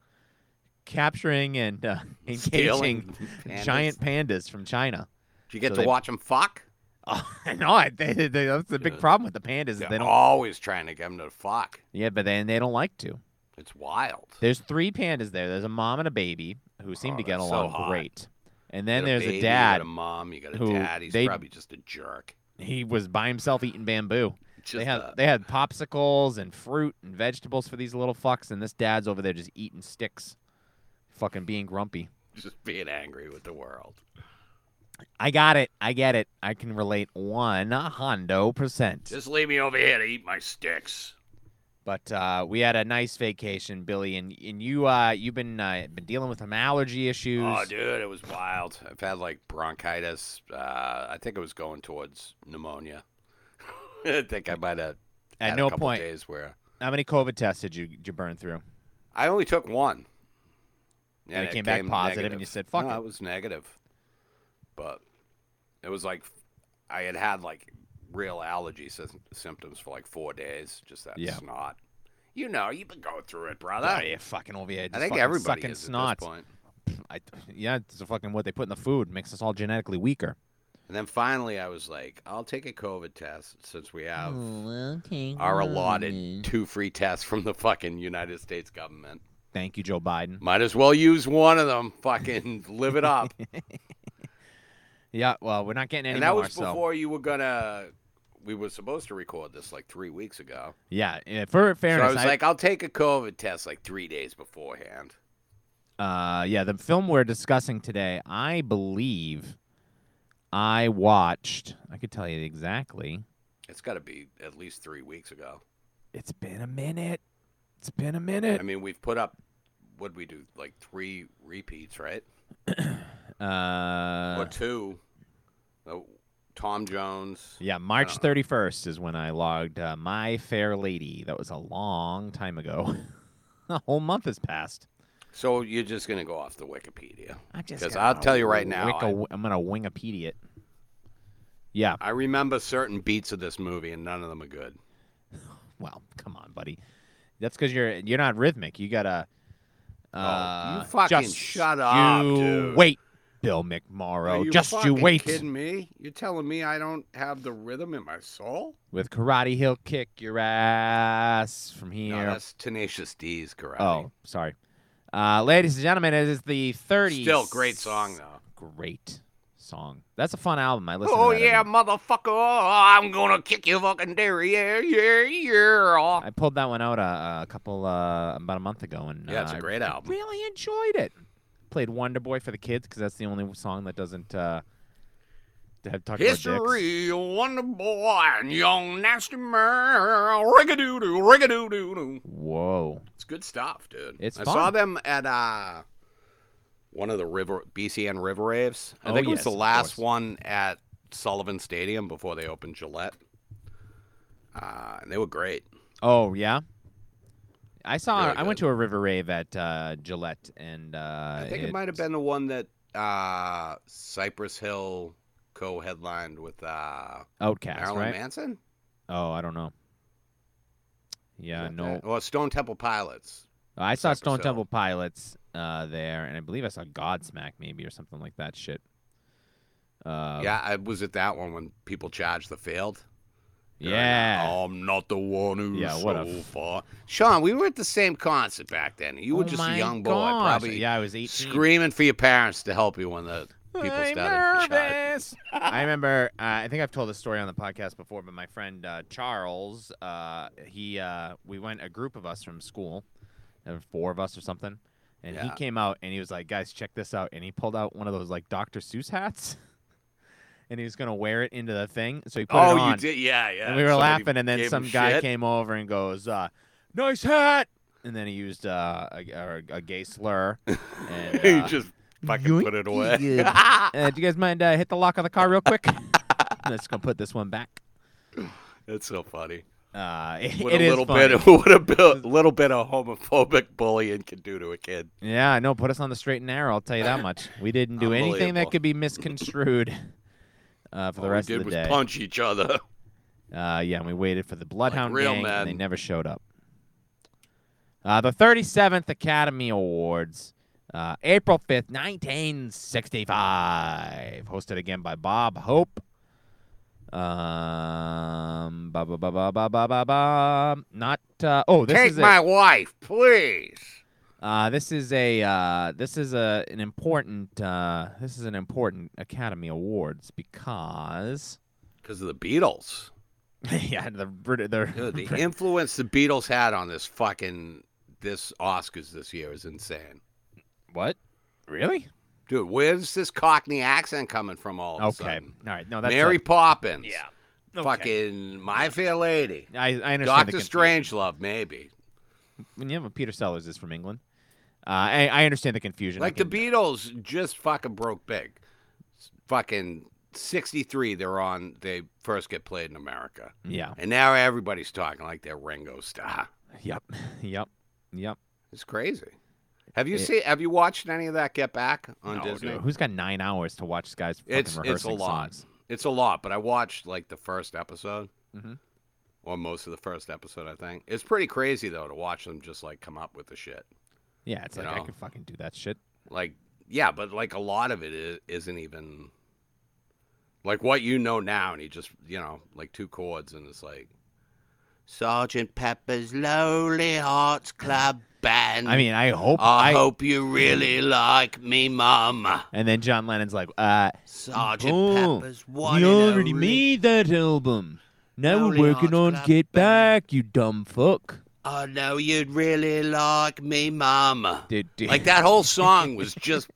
Speaker 1: capturing and uh, engaging
Speaker 3: Stealing pandas.
Speaker 1: giant pandas from China.
Speaker 3: Did you get
Speaker 1: so
Speaker 3: to
Speaker 1: they-
Speaker 3: watch them fuck?
Speaker 1: Oh, no, I- they, they, that's the big
Speaker 3: Yeah.
Speaker 1: problem with the pandas. is
Speaker 3: They're
Speaker 1: They don't.
Speaker 3: always trying to get them to fuck.
Speaker 1: Yeah, but then they don't like to.
Speaker 3: It's wild.
Speaker 1: There's three pandas there. There's a mom and a baby who seem
Speaker 3: Oh,
Speaker 1: to get
Speaker 3: that's so
Speaker 1: along
Speaker 3: hot.
Speaker 1: great. And then
Speaker 3: You got
Speaker 1: there's
Speaker 3: baby,
Speaker 1: a dad.
Speaker 3: You got a mom. You got a
Speaker 1: who
Speaker 3: dad. He's
Speaker 1: they-
Speaker 3: probably just a jerk.
Speaker 1: He was by himself eating bamboo.
Speaker 3: Just uh,
Speaker 1: They had
Speaker 3: a-
Speaker 1: they had popsicles and fruit and vegetables for these little fucks, and this dad's over there just eating sticks, fucking being grumpy.
Speaker 3: just being angry with the world.
Speaker 1: I got it. I get it. I can relate one hondo percent.
Speaker 3: Just leave me over here to eat my sticks.
Speaker 1: But uh, we had a nice vacation, Billy, and and you uh, you've been uh, been dealing with some allergy issues.
Speaker 3: Oh, dude, it was wild. I've had like bronchitis. Uh, I think it was going towards pneumonia. I think I might have.
Speaker 1: At
Speaker 3: had
Speaker 1: no
Speaker 3: a couple
Speaker 1: point,
Speaker 3: Days where
Speaker 1: how many COVID tests did you did you burn through?
Speaker 3: I only took one.
Speaker 1: it came back positive and you said, "Fuck
Speaker 3: no,
Speaker 1: it."
Speaker 3: it was negative. But It was like I had had like real allergy sys- symptoms for like four days. Just that
Speaker 1: Yeah.
Speaker 3: snot. You know, you've been going through it, brother.
Speaker 1: Oh, yeah, fucking over here. Just
Speaker 3: I think
Speaker 1: fucking
Speaker 3: everybody
Speaker 1: sucking
Speaker 3: is at
Speaker 1: snot.
Speaker 3: this point.
Speaker 1: I, yeah, it's fucking what they put in the food makes us all genetically weaker.
Speaker 3: And then finally, I was like, I'll take a COVID test since we have
Speaker 1: Mm, okay.
Speaker 3: our allotted two free tests from the fucking United States government.
Speaker 1: Thank you, Joe Biden.
Speaker 3: Might as well use one of them. Fucking live it up.
Speaker 1: Yeah, well, we're not getting any
Speaker 3: and that
Speaker 1: more.
Speaker 3: was
Speaker 1: so-
Speaker 3: before you were gonna. We were supposed to record this like three weeks ago.
Speaker 1: yeah, yeah, for
Speaker 3: So
Speaker 1: fairness,
Speaker 3: I was like, I'll take a COVID test like three days beforehand.
Speaker 1: uh, yeah, the film we're discussing today, I believe, I watched. I could tell you exactly.
Speaker 3: It's got to be at least three weeks ago.
Speaker 1: It's been a minute. It's been a
Speaker 3: I
Speaker 1: minute.
Speaker 3: mean, we've put up. What would we do? Like three repeats, right?
Speaker 1: Uh,
Speaker 3: or two. Oh, Tom Jones.
Speaker 1: yeah, March
Speaker 3: don't know.
Speaker 1: thirty first is when I logged uh, My Fair Lady. That was a long time ago. a whole month has passed.
Speaker 3: So you're just gonna go off the Wikipedia.
Speaker 1: I just
Speaker 3: 'Cause
Speaker 1: gonna
Speaker 3: I'll tell you right now,
Speaker 1: wick a
Speaker 3: I-
Speaker 1: w- I'm gonna Wingipedia it. Yeah,
Speaker 3: I remember certain beats of this movie, and none of them are good.
Speaker 1: well, come on, buddy. That's because you're you're not rhythmic. You gotta. Uh,
Speaker 3: Oh, you fucking
Speaker 1: just
Speaker 3: shut up,
Speaker 1: you
Speaker 3: dude.
Speaker 1: Wait, Bill
Speaker 3: Are
Speaker 1: McMorrow.
Speaker 3: you
Speaker 1: just you
Speaker 3: fucking
Speaker 1: wait.
Speaker 3: Kidding me? You're telling me I don't have the rhythm in my soul?
Speaker 1: With karate, he'll kick your ass from here.
Speaker 3: No, that's Tenacious D's karate.
Speaker 1: oh, sorry. Uh, ladies and gentlemen, it is the 30.
Speaker 3: still great song though.
Speaker 1: Great song. That's a fun album. I listen.
Speaker 3: oh
Speaker 1: to that
Speaker 3: yeah,
Speaker 1: every-
Speaker 3: motherfucker! Oh, I'm gonna kick your fucking derriere, yeah, yeah.
Speaker 1: I pulled that one out a, a couple uh, about a month ago, and
Speaker 3: Yeah, it's
Speaker 1: uh,
Speaker 3: a
Speaker 1: I
Speaker 3: great album.
Speaker 1: really enjoyed it. Played Wonder Boy for the kids because that's the only song that doesn't uh, have talk about dicks.
Speaker 3: History, Wonder Boy, and Young Nasty Man, rigadoodoo, rigadoodoo.
Speaker 1: Whoa!
Speaker 3: It's good stuff, dude.
Speaker 1: It's
Speaker 3: I
Speaker 1: fun.
Speaker 3: saw them at uh, one of the river BCN River Raves. I
Speaker 1: Oh,
Speaker 3: think it
Speaker 1: yes,
Speaker 3: was the
Speaker 1: of
Speaker 3: last
Speaker 1: course.
Speaker 3: one at Sullivan Stadium before they opened Gillette. Uh, and they were great.
Speaker 1: Oh yeah. I saw.
Speaker 3: Really
Speaker 1: I went
Speaker 3: good.
Speaker 1: to a river rave at uh, Gillette, and uh,
Speaker 3: I think it, might have been the one that uh, Cypress Hill co-headlined with uh,
Speaker 1: Outcast,
Speaker 3: Marilyn
Speaker 1: right?
Speaker 3: Manson.
Speaker 1: Oh, I don't know. Yeah,
Speaker 3: Is that
Speaker 1: no.
Speaker 3: that? Well, Stone Temple Pilots.
Speaker 1: I saw
Speaker 3: Cypress
Speaker 1: Stone
Speaker 3: Hill.
Speaker 1: Temple Pilots uh, there, and I believe I saw Godsmack maybe or something like that. Shit. Uh,
Speaker 3: yeah, I was at that one when people charged the field. They're like,
Speaker 1: Yeah.
Speaker 3: I'm not the one who's
Speaker 1: Yeah,
Speaker 3: so
Speaker 1: what a f-
Speaker 3: far. Sean, we were at the same concert back then. You were
Speaker 1: Oh
Speaker 3: just
Speaker 1: my
Speaker 3: a young boy,
Speaker 1: gosh.
Speaker 3: probably
Speaker 1: Yeah, I was 18.
Speaker 3: screaming for your parents to help you when the people
Speaker 1: I'm
Speaker 3: started. charging.
Speaker 1: nervous. I remember. Uh, I think I've told this story on the podcast before, but my friend uh, Charles, uh, he, uh, we went a group of us from school, there were four of us or something, and he
Speaker 3: Yeah.
Speaker 1: came out and he was like, "Guys, check this out!" And he pulled out one of those like Dr. Seuss hats, and he was gonna wear it into the thing. So he put it
Speaker 3: Oh,
Speaker 1: on,
Speaker 3: you did? Yeah, yeah.
Speaker 1: and we were
Speaker 3: Somebody
Speaker 1: laughing, and then
Speaker 3: gave him
Speaker 1: some guy
Speaker 3: shit.
Speaker 1: came over and goes, uh, "Nice hat." And then he used uh, a, or a gay slur. And,
Speaker 3: he
Speaker 1: uh,
Speaker 3: just fucking
Speaker 1: yoink
Speaker 3: put it away.
Speaker 1: it. Uh, do you guys mind uh, hit the lock on the car real quick? Let's go put this one back.
Speaker 3: That's so funny.
Speaker 1: Uh, it-
Speaker 3: What
Speaker 1: it
Speaker 3: a
Speaker 1: is
Speaker 3: little
Speaker 1: funny.
Speaker 3: bit, of, what a bit, little bit of homophobic bullying can do to a kid.
Speaker 1: yeah, no, put us on the straight and narrow. I'll tell you that much. We didn't do anything that
Speaker 3: Unbelievable.
Speaker 1: could be misconstrued uh, for the
Speaker 3: All
Speaker 1: rest
Speaker 3: we did
Speaker 1: of the
Speaker 3: was
Speaker 1: day.
Speaker 3: punch each other.
Speaker 1: Uh, yeah, and we waited for the Bloodhound
Speaker 3: real
Speaker 1: gang, and they
Speaker 3: men.
Speaker 1: never showed up. Uh, the 37th Academy Awards, uh, April 5th, 1965, hosted again by Bob Hope. Um, ba ba ba ba ba ba ba ba. Not uh, oh, this
Speaker 3: Take
Speaker 1: is a-
Speaker 3: my wife, please.
Speaker 1: uh, this is a uh, this is a an important uh, this is an important Academy Awards because
Speaker 3: Because of the Beatles.
Speaker 1: yeah the Brit- the
Speaker 3: Dude, the influence the Beatles had on this fucking this Oscars this year is insane.
Speaker 1: what really
Speaker 3: Dude, where's this Cockney accent coming from all of a
Speaker 1: Okay.
Speaker 3: sudden?
Speaker 1: All right. No, that's
Speaker 3: Mary Poppins.
Speaker 1: Yeah.
Speaker 3: Fucking My Fair Lady.
Speaker 1: I, I understand. the
Speaker 3: Doctor
Speaker 1: confusion.
Speaker 3: Strangelove, maybe.
Speaker 1: When you have a Peter Sellers is from England. Uh, I, I understand the confusion. I
Speaker 3: Like the
Speaker 1: can-
Speaker 3: Beatles just fucking broke big. Fucking sixty three they're on they first get played in America.
Speaker 1: Yeah.
Speaker 3: And now everybody's talking like they're Ringo Starr.
Speaker 1: Yep. Yep. Yep.
Speaker 3: It's crazy. Have you
Speaker 1: It-
Speaker 3: seen have you watched any of that Get Back on
Speaker 1: No,
Speaker 3: Disney?
Speaker 1: dude, Who's got nine hours to watch this guy's fucking
Speaker 3: It's- it's a
Speaker 1: rehearsing
Speaker 3: lot.
Speaker 1: songs?
Speaker 3: It's a lot, but I watched like the first episode,
Speaker 1: Mhm.
Speaker 3: or most of the first episode. I think it's pretty crazy though to watch them just like come up with the shit.
Speaker 1: Yeah, it's
Speaker 3: You
Speaker 1: like I
Speaker 3: know.
Speaker 1: could fucking do that shit.
Speaker 3: Like, yeah, but like a lot of it is, isn't even like what you know now, and he just you know like two chords, and it's like Sergeant Pepper's Lonely Hearts Club Band.
Speaker 1: I mean, I hope.
Speaker 3: Mm. I, hope you really like me, Mum.
Speaker 1: And then John Lennon's like, uh,
Speaker 3: Sergeant
Speaker 1: Oh,
Speaker 3: Pepper's one.
Speaker 1: "We
Speaker 3: and
Speaker 1: already
Speaker 3: only.
Speaker 1: made that album. Now
Speaker 3: Lonely
Speaker 1: we're working
Speaker 3: Hearts
Speaker 1: on
Speaker 3: Club
Speaker 1: Get
Speaker 3: Band."
Speaker 1: Back, you dumb fuck."
Speaker 3: I know Oh, you'd really like me, Mum.
Speaker 1: Dude, dude.
Speaker 3: Like that whole song was just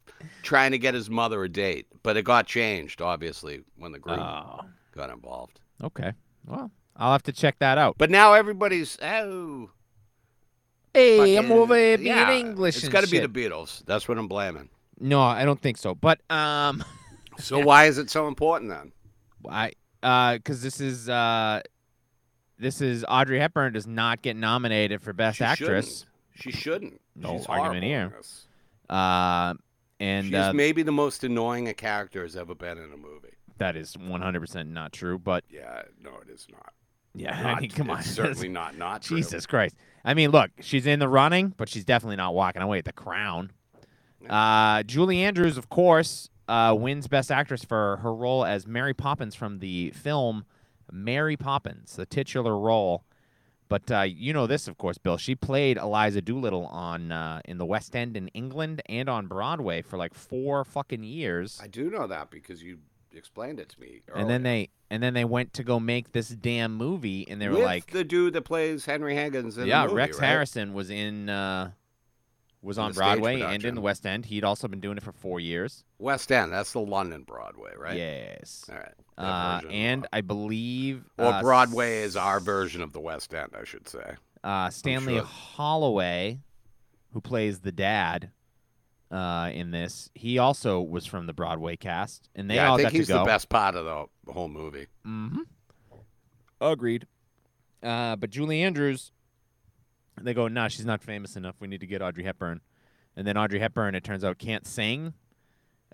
Speaker 3: trying to get his mother a date, but it got changed obviously when the group
Speaker 1: Oh,
Speaker 3: got involved.
Speaker 1: okay. Well, I'll have to check that out.
Speaker 3: But now everybody's oh,
Speaker 1: Hey, I'm
Speaker 3: fucking-
Speaker 1: over here being
Speaker 3: yeah,
Speaker 1: English.
Speaker 3: It's
Speaker 1: and
Speaker 3: gotta
Speaker 1: shit.
Speaker 3: be the Beatles. That's what I'm blaming.
Speaker 1: No, I don't think so. But um,
Speaker 3: So why is it so important then?
Speaker 1: I uh, because this is uh, this is Audrey Hepburn does not get nominated for Best
Speaker 3: She
Speaker 1: Actress.
Speaker 3: Shouldn't. She shouldn't.
Speaker 1: No argument
Speaker 3: She's horrible in
Speaker 1: here.
Speaker 3: this.
Speaker 1: Uh, and
Speaker 3: She's
Speaker 1: uh,
Speaker 3: maybe the most annoying a character has ever been in a movie.
Speaker 1: that is 100% not true. But
Speaker 3: Yeah, no, it is not.
Speaker 1: yeah,
Speaker 3: Not-
Speaker 1: I mean, come
Speaker 3: it's
Speaker 1: on,
Speaker 3: certainly not. Not true.
Speaker 1: Jesus Christ. I mean, look, she's in the running, but she's definitely not walking away at the crown. Uh, Julie Andrews, of course, uh, wins Best Actress for her role as Mary Poppins from the film Mary Poppins, the titular role. But uh, you know this, of course, Bill. She played Eliza Doolittle on uh, in the West End in England and on Broadway for like four fucking years.
Speaker 3: I do know that because you explained it to me.
Speaker 1: and then
Speaker 3: earlier.
Speaker 1: they and then they went to go make this damn movie, and they were
Speaker 3: With
Speaker 1: like,
Speaker 3: the dude that plays Henry Higgins in the
Speaker 1: yeah,
Speaker 3: movie,
Speaker 1: Rex
Speaker 3: right?
Speaker 1: Harrison was in uh, was
Speaker 3: In
Speaker 1: on
Speaker 3: the stage
Speaker 1: Broadway and in
Speaker 3: production.
Speaker 1: the West End. He'd also been doing it for four years.
Speaker 3: West End. That's the London Broadway, right?
Speaker 1: Yes,
Speaker 3: All right. that
Speaker 1: uh,
Speaker 3: version of
Speaker 1: and
Speaker 3: the-
Speaker 1: I believe
Speaker 3: or
Speaker 1: uh,
Speaker 3: Broadway is our version of the West End, I should say.
Speaker 1: uh, Stanley
Speaker 3: sure.
Speaker 1: Holloway, who plays the dad uh, in this, he also was from the Broadway cast, and they
Speaker 3: yeah,
Speaker 1: all
Speaker 3: I think
Speaker 1: got
Speaker 3: he's
Speaker 1: to go.
Speaker 3: the best part of the- the whole movie.
Speaker 1: Mm-hmm. Agreed. Uh, but Julie Andrews, they go, nah, she's not famous enough. We need to get Audrey Hepburn. And then Audrey Hepburn, it turns out, can't sing.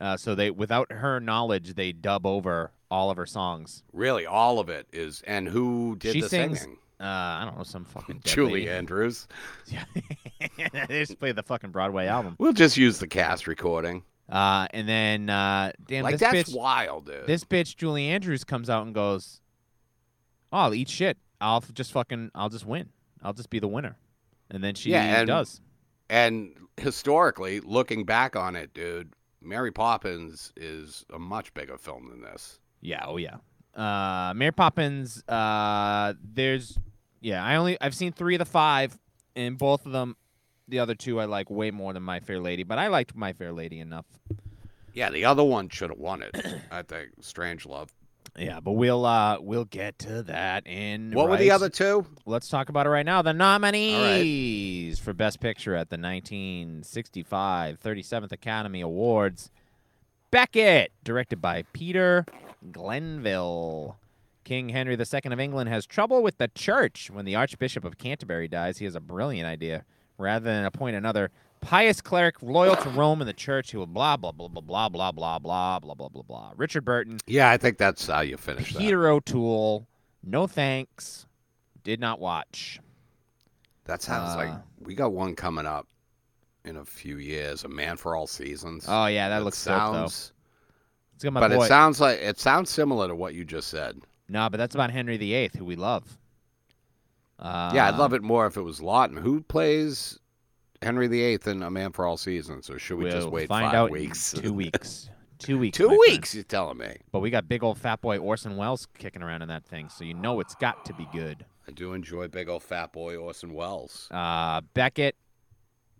Speaker 1: Uh, so they, without her knowledge, they dub over all of her songs.
Speaker 3: Really, all of it is. And who did
Speaker 1: She
Speaker 3: the
Speaker 1: sings
Speaker 3: singing?
Speaker 1: Uh, I don't know, some fucking dead
Speaker 3: Julie
Speaker 1: lady.
Speaker 3: Andrews.
Speaker 1: Yeah, they just play the fucking Broadway album.
Speaker 3: We'll just use the cast recording.
Speaker 1: Uh, and then, uh, damn,
Speaker 3: like
Speaker 1: this
Speaker 3: that's
Speaker 1: bitch,
Speaker 3: wild, dude.
Speaker 1: this bitch Julie Andrews comes out and goes, oh, "I'll eat shit. I'll f- just fucking. I'll just win. I'll just be the winner." And then she
Speaker 3: Yeah, and-
Speaker 1: does.
Speaker 3: And historically, looking back on it, dude, Mary Poppins is a much bigger film than this.
Speaker 1: Yeah. Oh yeah. Uh, Mary Poppins. Uh, there's. Yeah, I only I've seen three of the five, and both of them, the other two I like way more than My Fair Lady, but I liked My Fair Lady enough.
Speaker 3: Yeah, the other one should have won it. I think Strange Love.
Speaker 1: Yeah, but we'll uh we'll get to that in
Speaker 3: What were the
Speaker 1: right-
Speaker 3: other two?
Speaker 1: Let's talk about it right now. The nominees for Best Picture at the 1965 37th Academy Awards. Beckett, directed by Peter Glenville. King Henry II of England has trouble with the church. When the Archbishop of Canterbury dies, he has a brilliant idea. Rather than appoint another pious cleric loyal to Rome and the church, he will blah, blah, blah, blah, blah, blah, blah, blah, blah, blah, blah, blah. Richard Burton,
Speaker 3: Yeah, I think that's how you finish that.
Speaker 1: Peter O'Toole, no thanks, did not watch.
Speaker 3: That sounds like
Speaker 1: Uh,
Speaker 3: we got one coming up in a few years, A Man for All Seasons.
Speaker 1: Oh yeah, that
Speaker 3: It
Speaker 1: looks dope though.
Speaker 3: sounds
Speaker 1: It's got my
Speaker 3: but
Speaker 1: boy.
Speaker 3: it sounds like it sounds similar to what you just said.
Speaker 1: nah, but that's about Henry VIII, who we love. Uh,
Speaker 3: yeah, I'd love it more if it was Lawton. Who plays Henry VIII in A Man for All Seasons? Or should we
Speaker 1: we'll
Speaker 3: just wait
Speaker 1: find
Speaker 3: five
Speaker 1: out in
Speaker 3: weeks?
Speaker 1: two weeks. Two weeks. my
Speaker 3: two
Speaker 1: friend.
Speaker 3: weeks, you're telling me.
Speaker 1: But we got big old fat boy Orson Welles kicking around in that thing, so you know it's got to be good.
Speaker 3: I do enjoy big old fat boy Orson Welles.
Speaker 1: Uh, Beckett,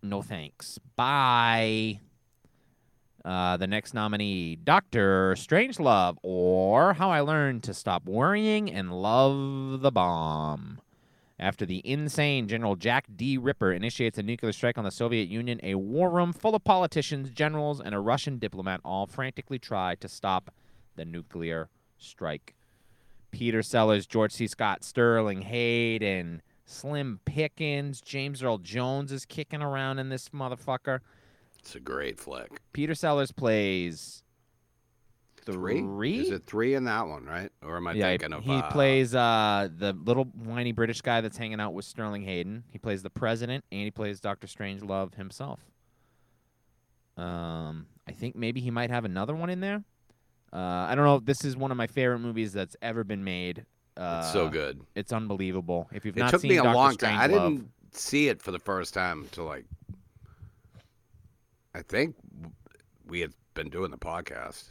Speaker 1: no thanks. Bye. Uh, the next nominee, Doctor Strangelove, or How I Learned to Stop Worrying and Love the Bomb. After the insane General Jack D. Ripper initiates a nuclear strike on the Soviet Union, a war room full of politicians, generals, and a Russian diplomat all frantically try to stop the nuclear strike. Peter Sellers, George C. Scott, Sterling Hayden, Slim Pickens, James Earl Jones is kicking around in this motherfucker.
Speaker 3: It's a great flick.
Speaker 1: Peter Sellers plays three.
Speaker 3: Is it three in that one, right? Or am I
Speaker 1: yeah,
Speaker 3: thinking of?
Speaker 1: he
Speaker 3: uh,
Speaker 1: plays uh, the little whiny British guy that's hanging out with Sterling Hayden. He plays the president, and he plays Doctor Strangelove himself. Um, I think maybe he might have another one in there. Uh, I don't know. This is one of my favorite movies that's ever been made. Uh,
Speaker 3: It's so good.
Speaker 1: It's unbelievable. If you've
Speaker 3: It
Speaker 1: not
Speaker 3: took
Speaker 1: seen
Speaker 3: me a
Speaker 1: Doctor
Speaker 3: long time. I
Speaker 1: Strangelove-
Speaker 3: didn't see it for the first time until like, I think we had been doing the podcast.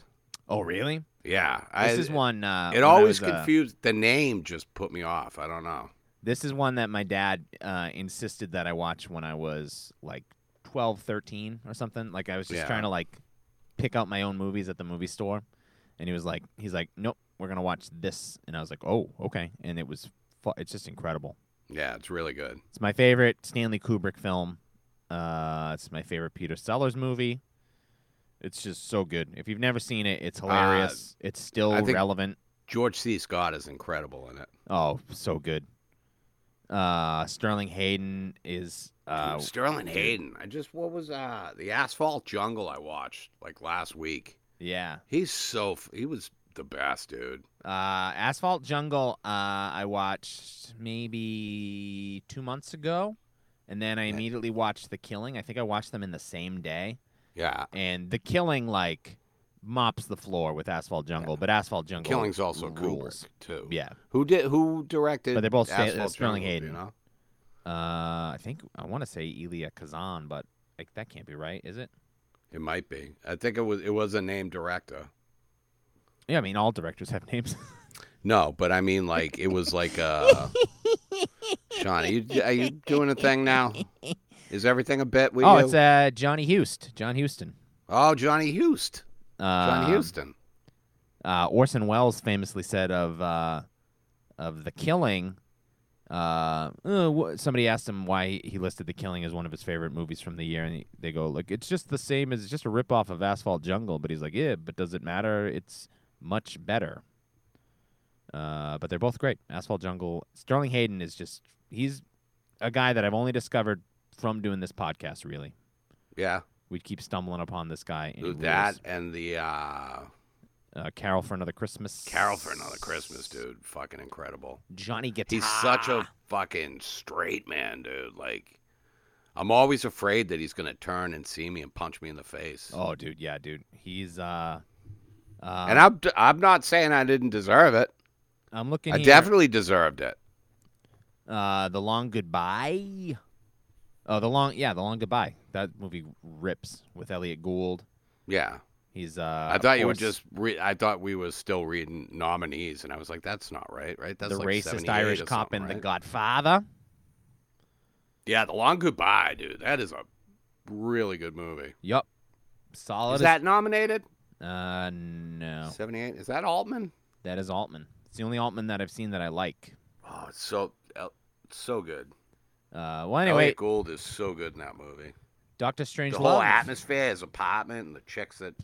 Speaker 1: Oh, really?
Speaker 3: Yeah, I,
Speaker 1: This is one. Uh,
Speaker 3: It
Speaker 1: when I
Speaker 3: always
Speaker 1: was, uh,
Speaker 3: confused. The name just put me off. I don't know.
Speaker 1: This is one that my dad uh, insisted that I watch when I was like 12, 13 or something. Like I was just
Speaker 3: Yeah.
Speaker 1: trying to like pick out my own movies at the movie store, and he was like, he's like, nope, we're gonna watch this, and I was like, oh, okay, and it was, fu- it's just incredible.
Speaker 3: Yeah, it's really good.
Speaker 1: It's my favorite Stanley Kubrick film. Uh, it's my favorite Peter Sellers movie. It's just so good. If you've never seen it, it's hilarious. it's still
Speaker 3: Uh, I think-
Speaker 1: relevant.
Speaker 3: George C. Scott is incredible in it.
Speaker 1: Oh, so good. Uh, Sterling Hayden is uh,
Speaker 3: Sterling Hayden. I just what was uh the Asphalt Jungle I watched like last week.
Speaker 1: yeah.
Speaker 3: He's so f- he was the best dude.
Speaker 1: Uh, Asphalt Jungle. Uh, I watched maybe two months ago, and then I
Speaker 3: Yeah.
Speaker 1: immediately watched The Killing. I think I watched them in the same day,
Speaker 3: Yeah,
Speaker 1: and The Killing like mops the floor with Asphalt Jungle, but Asphalt Jungle
Speaker 3: Killing's also
Speaker 1: rules.
Speaker 3: Kubrick too.
Speaker 1: Yeah.
Speaker 3: Who did who directed?
Speaker 1: But they're both sta-
Speaker 3: Asphalt
Speaker 1: Sterling
Speaker 3: Jungle, do
Speaker 1: Hayden.
Speaker 3: You know?
Speaker 1: Uh, I think I want to say Elia Kazan, but like that can't be right, is it?
Speaker 3: It might be. I think it was it was a named director.
Speaker 1: Yeah, I mean all directors have names.
Speaker 3: No, but I mean like it was like uh Sean, are you are you doing a thing now? Is everything a bit we
Speaker 1: oh,
Speaker 3: do?
Speaker 1: it's uh, Johnny Houston. John Houston.
Speaker 3: oh, Johnny Hust. Johnny
Speaker 1: Um,
Speaker 3: Houston.
Speaker 1: Uh, Orson Welles famously said of uh, of the killing. Uh, uh, wh- somebody asked him why he listed The Killing as one of his favorite movies from the year, and he, they go, "Look, it's just the same as it's just a ripoff of Asphalt Jungle." But he's like, "Yeah, but does it matter? It's much better." Uh, but they're both great. Asphalt Jungle. Sterling Hayden is just he's a guy that I've only discovered from doing this podcast. Really,
Speaker 3: Yeah.
Speaker 1: we keep stumbling upon this guy. And he
Speaker 3: That
Speaker 1: rules.
Speaker 3: and the uh
Speaker 1: uh, Carol for Another Christmas.
Speaker 3: Carol for Another Christmas, dude. Fucking incredible.
Speaker 1: Johnny Guitar.
Speaker 3: He's such a fucking straight man, dude. Like, I'm always afraid that he's gonna turn and see me and punch me in the face.
Speaker 1: Oh, dude, yeah, dude. He's uh. Uh,
Speaker 3: and I'm I'm not saying I didn't deserve it.
Speaker 1: I'm looking
Speaker 3: I
Speaker 1: here.
Speaker 3: definitely deserved it.
Speaker 1: uh, the long goodbye. Oh, the long yeah, the long goodbye. That movie rips with Elliot Gould.
Speaker 3: Yeah.
Speaker 1: He's uh.
Speaker 3: I thought you were
Speaker 1: of course,
Speaker 3: just. Re- I thought we were still reading nominees, and I was like, "That's not right, right? That's
Speaker 1: the
Speaker 3: like
Speaker 1: racist
Speaker 3: 78
Speaker 1: Irish
Speaker 3: or
Speaker 1: cop
Speaker 3: something,
Speaker 1: in The
Speaker 3: right?
Speaker 1: Godfather.
Speaker 3: Yeah, the long goodbye, dude. That is a really good movie.
Speaker 1: Yup. Solid.
Speaker 3: is
Speaker 1: as-
Speaker 3: that nominated?
Speaker 1: Uh, no.
Speaker 3: Seventy-eight. Is that Altman?
Speaker 1: That is Altman. It's the only Altman that I've seen that I like.
Speaker 3: Oh, it's so uh, it's so good.
Speaker 1: Uh, well,
Speaker 3: Elliot
Speaker 1: anyway,
Speaker 3: Gould is so good in that movie.
Speaker 1: Doctor Strange.
Speaker 3: The whole atmosphere, his apartment, and the chicks that,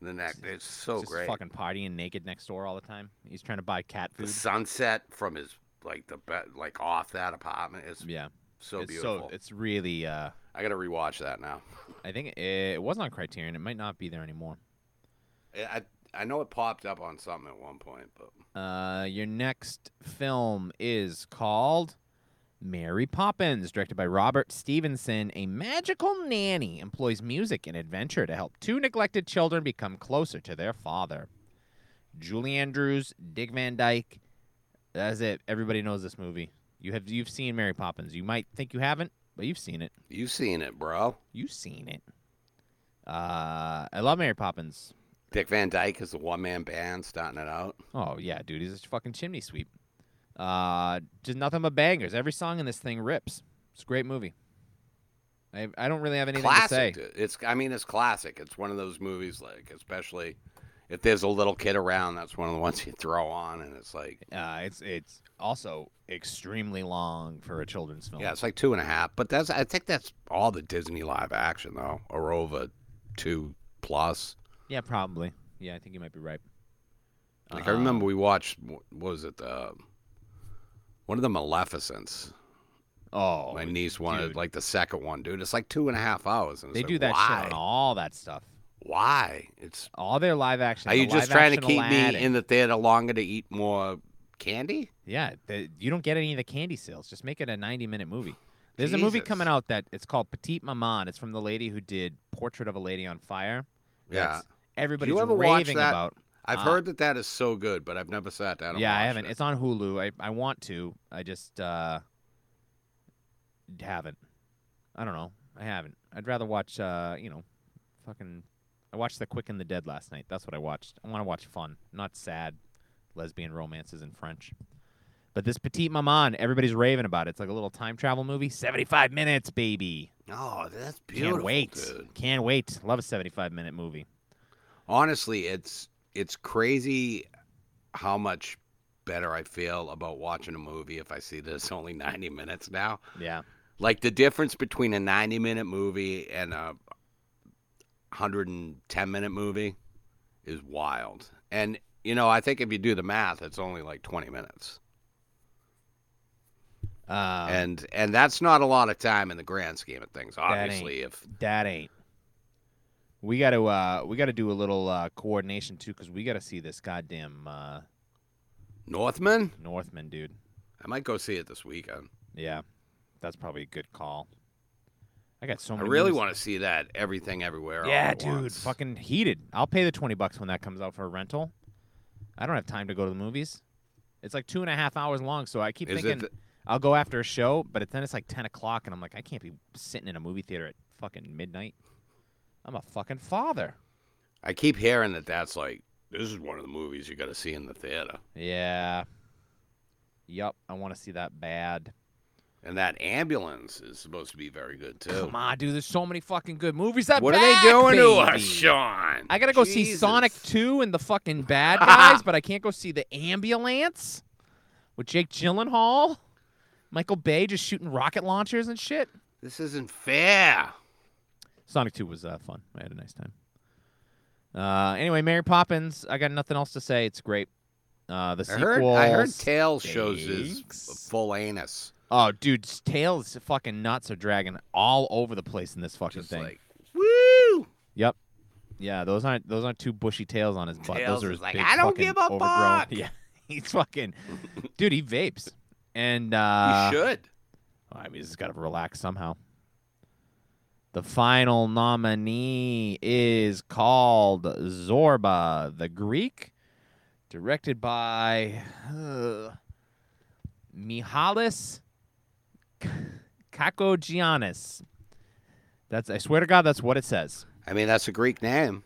Speaker 3: and then that it's so
Speaker 1: just
Speaker 3: Oh, great.
Speaker 1: fucking partying naked next door all the time. He's trying to buy cat
Speaker 3: The
Speaker 1: food.
Speaker 3: sunset from his like the be- like off that apartment is
Speaker 1: Yeah,
Speaker 3: so
Speaker 1: it's
Speaker 3: beautiful.
Speaker 1: so it's really. Uh,
Speaker 3: I gotta rewatch that now.
Speaker 1: I think it, it was on Criterion. It might not be there anymore.
Speaker 3: I I know it popped up on something at one point, but
Speaker 1: Uh, your next film is called Mary Poppins, directed by Robert Stevenson. A magical nanny employs music and adventure to help two neglected children become closer to their father. Julie Andrews, Dick Van Dyke. That's it. Everybody knows this movie. You have you've seen Mary Poppins. You might think you haven't, but you've seen it.
Speaker 3: you've seen it, bro.
Speaker 1: You've seen it. Uh, I love Mary Poppins.
Speaker 3: Dick Van Dyke is the one man band starting it out.
Speaker 1: Oh yeah, dude, he's a fucking chimney sweep. Uh, just nothing but bangers. Every song in this thing rips. It's a great movie. I I don't really have anything to say.
Speaker 3: classic. dude. It's I mean it's classic. It's one of those movies like especially if there's a little kid around, that's one of the ones you throw on, and it's like
Speaker 1: Uh, it's it's also extremely long for a children's film.
Speaker 3: yeah, it's like two and a half. But that's I think that's all the Disney live action though, or over two plus.
Speaker 1: Yeah, probably. Yeah, I think you might be right.
Speaker 3: Like
Speaker 1: Oh.
Speaker 3: I remember we watched what was it the one of the Maleficents.
Speaker 1: Oh,
Speaker 3: My niece wanted
Speaker 1: dude.
Speaker 3: like the second one, dude. It's like two and a half hours. And it's
Speaker 1: they
Speaker 3: like,
Speaker 1: do that
Speaker 3: why?
Speaker 1: shit on all that stuff.
Speaker 3: why? It's
Speaker 1: All their live action.
Speaker 3: are
Speaker 1: the
Speaker 3: you
Speaker 1: live
Speaker 3: just trying to
Speaker 1: action
Speaker 3: keep me
Speaker 1: Aladdin.
Speaker 3: in the theater longer to eat more candy?
Speaker 1: Yeah, the, you don't get any of the candy sales. Just make it a 90 minute movie. There's a movie
Speaker 3: Jesus.
Speaker 1: coming out that it's called Petite Maman. It's from the lady who did Portrait of a Lady on Fire.
Speaker 3: Yeah,
Speaker 1: That's- Everybody's
Speaker 3: ever watch
Speaker 1: raving
Speaker 3: that?
Speaker 1: about.
Speaker 3: I've
Speaker 1: uh,
Speaker 3: heard that that is so good, but I've never sat down. and
Speaker 1: yeah, I
Speaker 3: watched
Speaker 1: haven't.
Speaker 3: It.
Speaker 1: It's on Hulu. I, I want to. I just uh, haven't. I don't know. I haven't. I'd rather watch, uh, you know, fucking. I watched The Quick and the Dead last night. That's what I watched. I want to watch fun, not sad lesbian romances in French. But this Petite Maman, everybody's raving about it. It's like a little time travel movie. 75 minutes, baby.
Speaker 3: Oh, that's beautiful.
Speaker 1: Can't wait.
Speaker 3: dude.
Speaker 1: Can't wait. Love a 75 minute movie.
Speaker 3: Honestly, it's it's crazy how much better I feel about watching a movie if I see that it's only ninety minutes now.
Speaker 1: Yeah.
Speaker 3: Like the difference between a ninety minute movie and a hundred and ten minute movie is wild. And you know, I think if you do the math, it's only like twenty minutes.
Speaker 1: Uh,
Speaker 3: and and that's not a lot of time in the grand scheme of things. Obviously, if
Speaker 1: That ain't. We got to uh, we got to do a little uh, coordination too, because we got to see this goddamn uh,
Speaker 3: Northman,
Speaker 1: Northman dude.
Speaker 3: I might go see it this weekend.
Speaker 1: Yeah, that's probably a good call. I got so
Speaker 3: I
Speaker 1: many.
Speaker 3: really
Speaker 1: movies-
Speaker 3: want to see that everything everywhere. All
Speaker 1: Oh Yeah,
Speaker 3: at
Speaker 1: dude,
Speaker 3: once.
Speaker 1: fucking heated. I'll pay the twenty bucks when that comes out for a rental. I don't have time to go to the movies. It's like two and a half hours long, so I keep
Speaker 3: Is it
Speaker 1: thinking
Speaker 3: th-
Speaker 1: I'll go after a show, but it, then it's like ten o'clock, and I'm like, I can't be sitting in a movie theater at fucking midnight. I'm a fucking father.
Speaker 3: I keep hearing that that's like this is one of the movies you got to see in the theater,
Speaker 1: Yeah. Yup, I want to see that bad.
Speaker 3: and that ambulance is supposed to be very good too.
Speaker 1: Come on, dude. There's so many fucking good movies that
Speaker 3: what
Speaker 1: bad,
Speaker 3: are they doing to us,
Speaker 1: baby.
Speaker 3: Sean?
Speaker 1: I gotta go see
Speaker 3: Jesus.
Speaker 1: Sonic 2 and the fucking bad guys, but I can't go see the ambulance with Jake Gyllenhaal, Michael Bay just shooting rocket launchers and shit.
Speaker 3: This isn't fair.
Speaker 1: Sonic 2 was uh, fun. I had a nice time. Uh, anyway, Mary Poppins. I got nothing else to say. It's great. Uh, the
Speaker 3: I
Speaker 1: sequel.
Speaker 3: heard. I heard Tails shows his
Speaker 1: stinks.
Speaker 3: full anus.
Speaker 1: Oh, dude, s- Tails' fucking nuts are dragging all over the place in this fucking
Speaker 3: Just
Speaker 1: thing.
Speaker 3: like woo.
Speaker 1: Yep. Yeah, those aren't those aren't two bushy tails on his butt.
Speaker 3: Tails
Speaker 1: those are
Speaker 3: is
Speaker 1: his
Speaker 3: like,
Speaker 1: big
Speaker 3: "I don't
Speaker 1: fucking
Speaker 3: give a
Speaker 1: overgrown.
Speaker 3: fuck."
Speaker 1: Yeah, he's fucking dude. He vapes, and
Speaker 3: You
Speaker 1: uh,
Speaker 3: should.
Speaker 1: I mean, he's got to relax somehow. The final nominee is called Zorba the Greek, directed by uh, Mihalis Kakogiannis. That's I swear to God, that's what it says.
Speaker 3: I mean, that's a Greek name.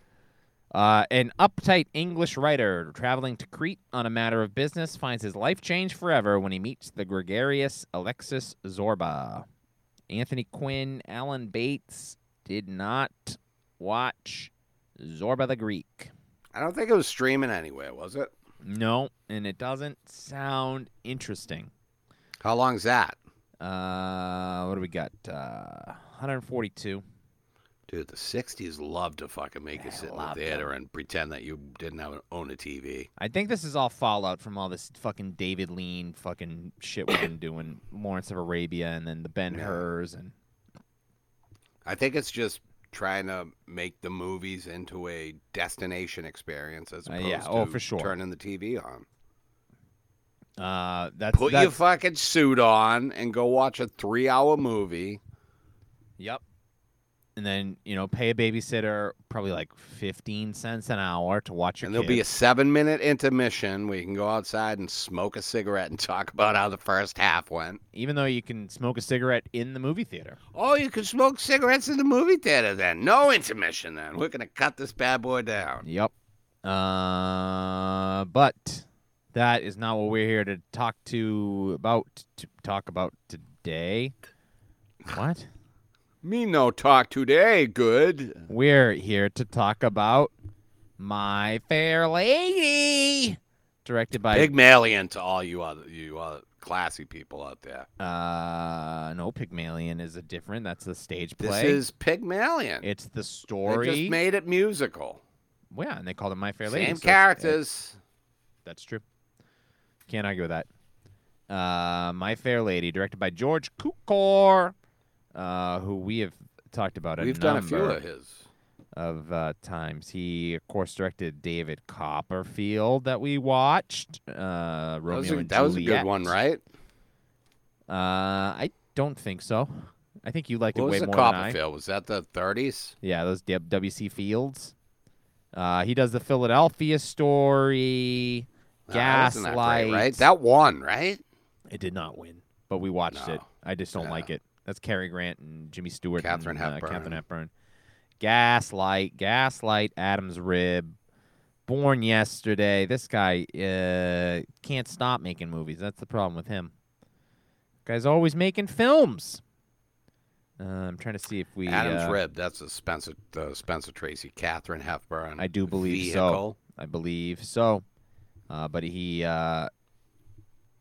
Speaker 1: Uh, an uptight English writer traveling to Crete on a matter of business finds his life changed forever when he meets the gregarious Alexis Zorba. Anthony Quinn, Alan Bates did not watch Zorba the Greek.
Speaker 3: I don't think it was streaming anywhere, was it?
Speaker 1: No, and it doesn't sound interesting.
Speaker 3: How long's that?
Speaker 1: Uh, what do we got? Uh, 142.
Speaker 3: Dude, the '60s loved to fucking make you sit in the
Speaker 1: loved
Speaker 3: theater and pretend that you didn't have own a TV.
Speaker 1: I think this is all fallout from all this fucking David Lean fucking shit we've been doing, Lawrence of Arabia, and then the Ben
Speaker 3: Yeah.
Speaker 1: Hurs, and
Speaker 3: I think it's just trying to make the movies into a destination experience as
Speaker 1: Uh,
Speaker 3: opposed
Speaker 1: yeah, oh,
Speaker 3: to
Speaker 1: for sure.
Speaker 3: turning the TV on.
Speaker 1: uh, that's
Speaker 3: Put
Speaker 1: that's,
Speaker 3: your fucking suit on and go watch a three-hour movie.
Speaker 1: yep. And then you know, pay a babysitter probably like fifteen cents an hour to watch your.
Speaker 3: And there'll be a
Speaker 1: kid.
Speaker 3: seven-minute intermission where you can go outside and smoke a cigarette and talk about how the first half went.
Speaker 1: even though you can smoke a cigarette in the movie theater.
Speaker 3: Oh, you can smoke cigarettes in the movie theater then. No intermission then. We're going to cut this bad boy down.
Speaker 1: Yep. Uh, but that is not what we're here to talk to about to talk about today. What?
Speaker 3: Me no talk today, good.
Speaker 1: We're here to talk about My Fair Lady, directed by
Speaker 3: Pygmalion to all you other you other classy people out there.
Speaker 1: uh no Pygmalion is a different. That's a stage
Speaker 3: This
Speaker 1: play.
Speaker 3: is Pygmalion.
Speaker 1: it's the
Speaker 3: they
Speaker 1: story.
Speaker 3: just made it musical.
Speaker 1: Well, yeah, and they called it My Fair Lady.
Speaker 3: Same
Speaker 1: so it's-
Speaker 3: characters.
Speaker 1: That's true. Can't argue with that. Uh, My Fair Lady, directed by George Cukor, uh, who we have talked about a
Speaker 3: We've
Speaker 1: number
Speaker 3: done a few of his.
Speaker 1: of uh, times. He, of course, directed David Copperfield that we watched. Uh, Romeo
Speaker 3: That was, a,
Speaker 1: and
Speaker 3: that was a good
Speaker 1: Juliet.
Speaker 3: one, right?
Speaker 1: Uh, I don't think so. I think you liked
Speaker 3: What
Speaker 1: it way
Speaker 3: was the
Speaker 1: more than I.
Speaker 3: Copperfield? Was that the 30s?
Speaker 1: Yeah, those W- WC Fields. Uh, he does the Philadelphia story,
Speaker 3: No, that wasn't that
Speaker 1: Gaslight.
Speaker 3: great, right? That one, right?
Speaker 1: it did not win, but we watched it.
Speaker 3: No.
Speaker 1: I just don't
Speaker 3: Yeah.
Speaker 1: like it. That's Cary Grant and Jimmy Stewart,
Speaker 3: Katharine
Speaker 1: and,
Speaker 3: Hepburn.
Speaker 1: Uh, Catherine Hepburn. Gaslight, Gaslight, Adam's Rib, Born Yesterday. This guy uh, can't stop making movies. That's the problem with him. Guy's always making films. Uh, I'm trying to see if we
Speaker 3: Adam's
Speaker 1: uh,
Speaker 3: Rib. That's a Spencer uh, Spencer Tracy, Catherine Hepburn.
Speaker 1: I do believe so.
Speaker 3: vehicle.
Speaker 1: I believe so. Uh, but he uh,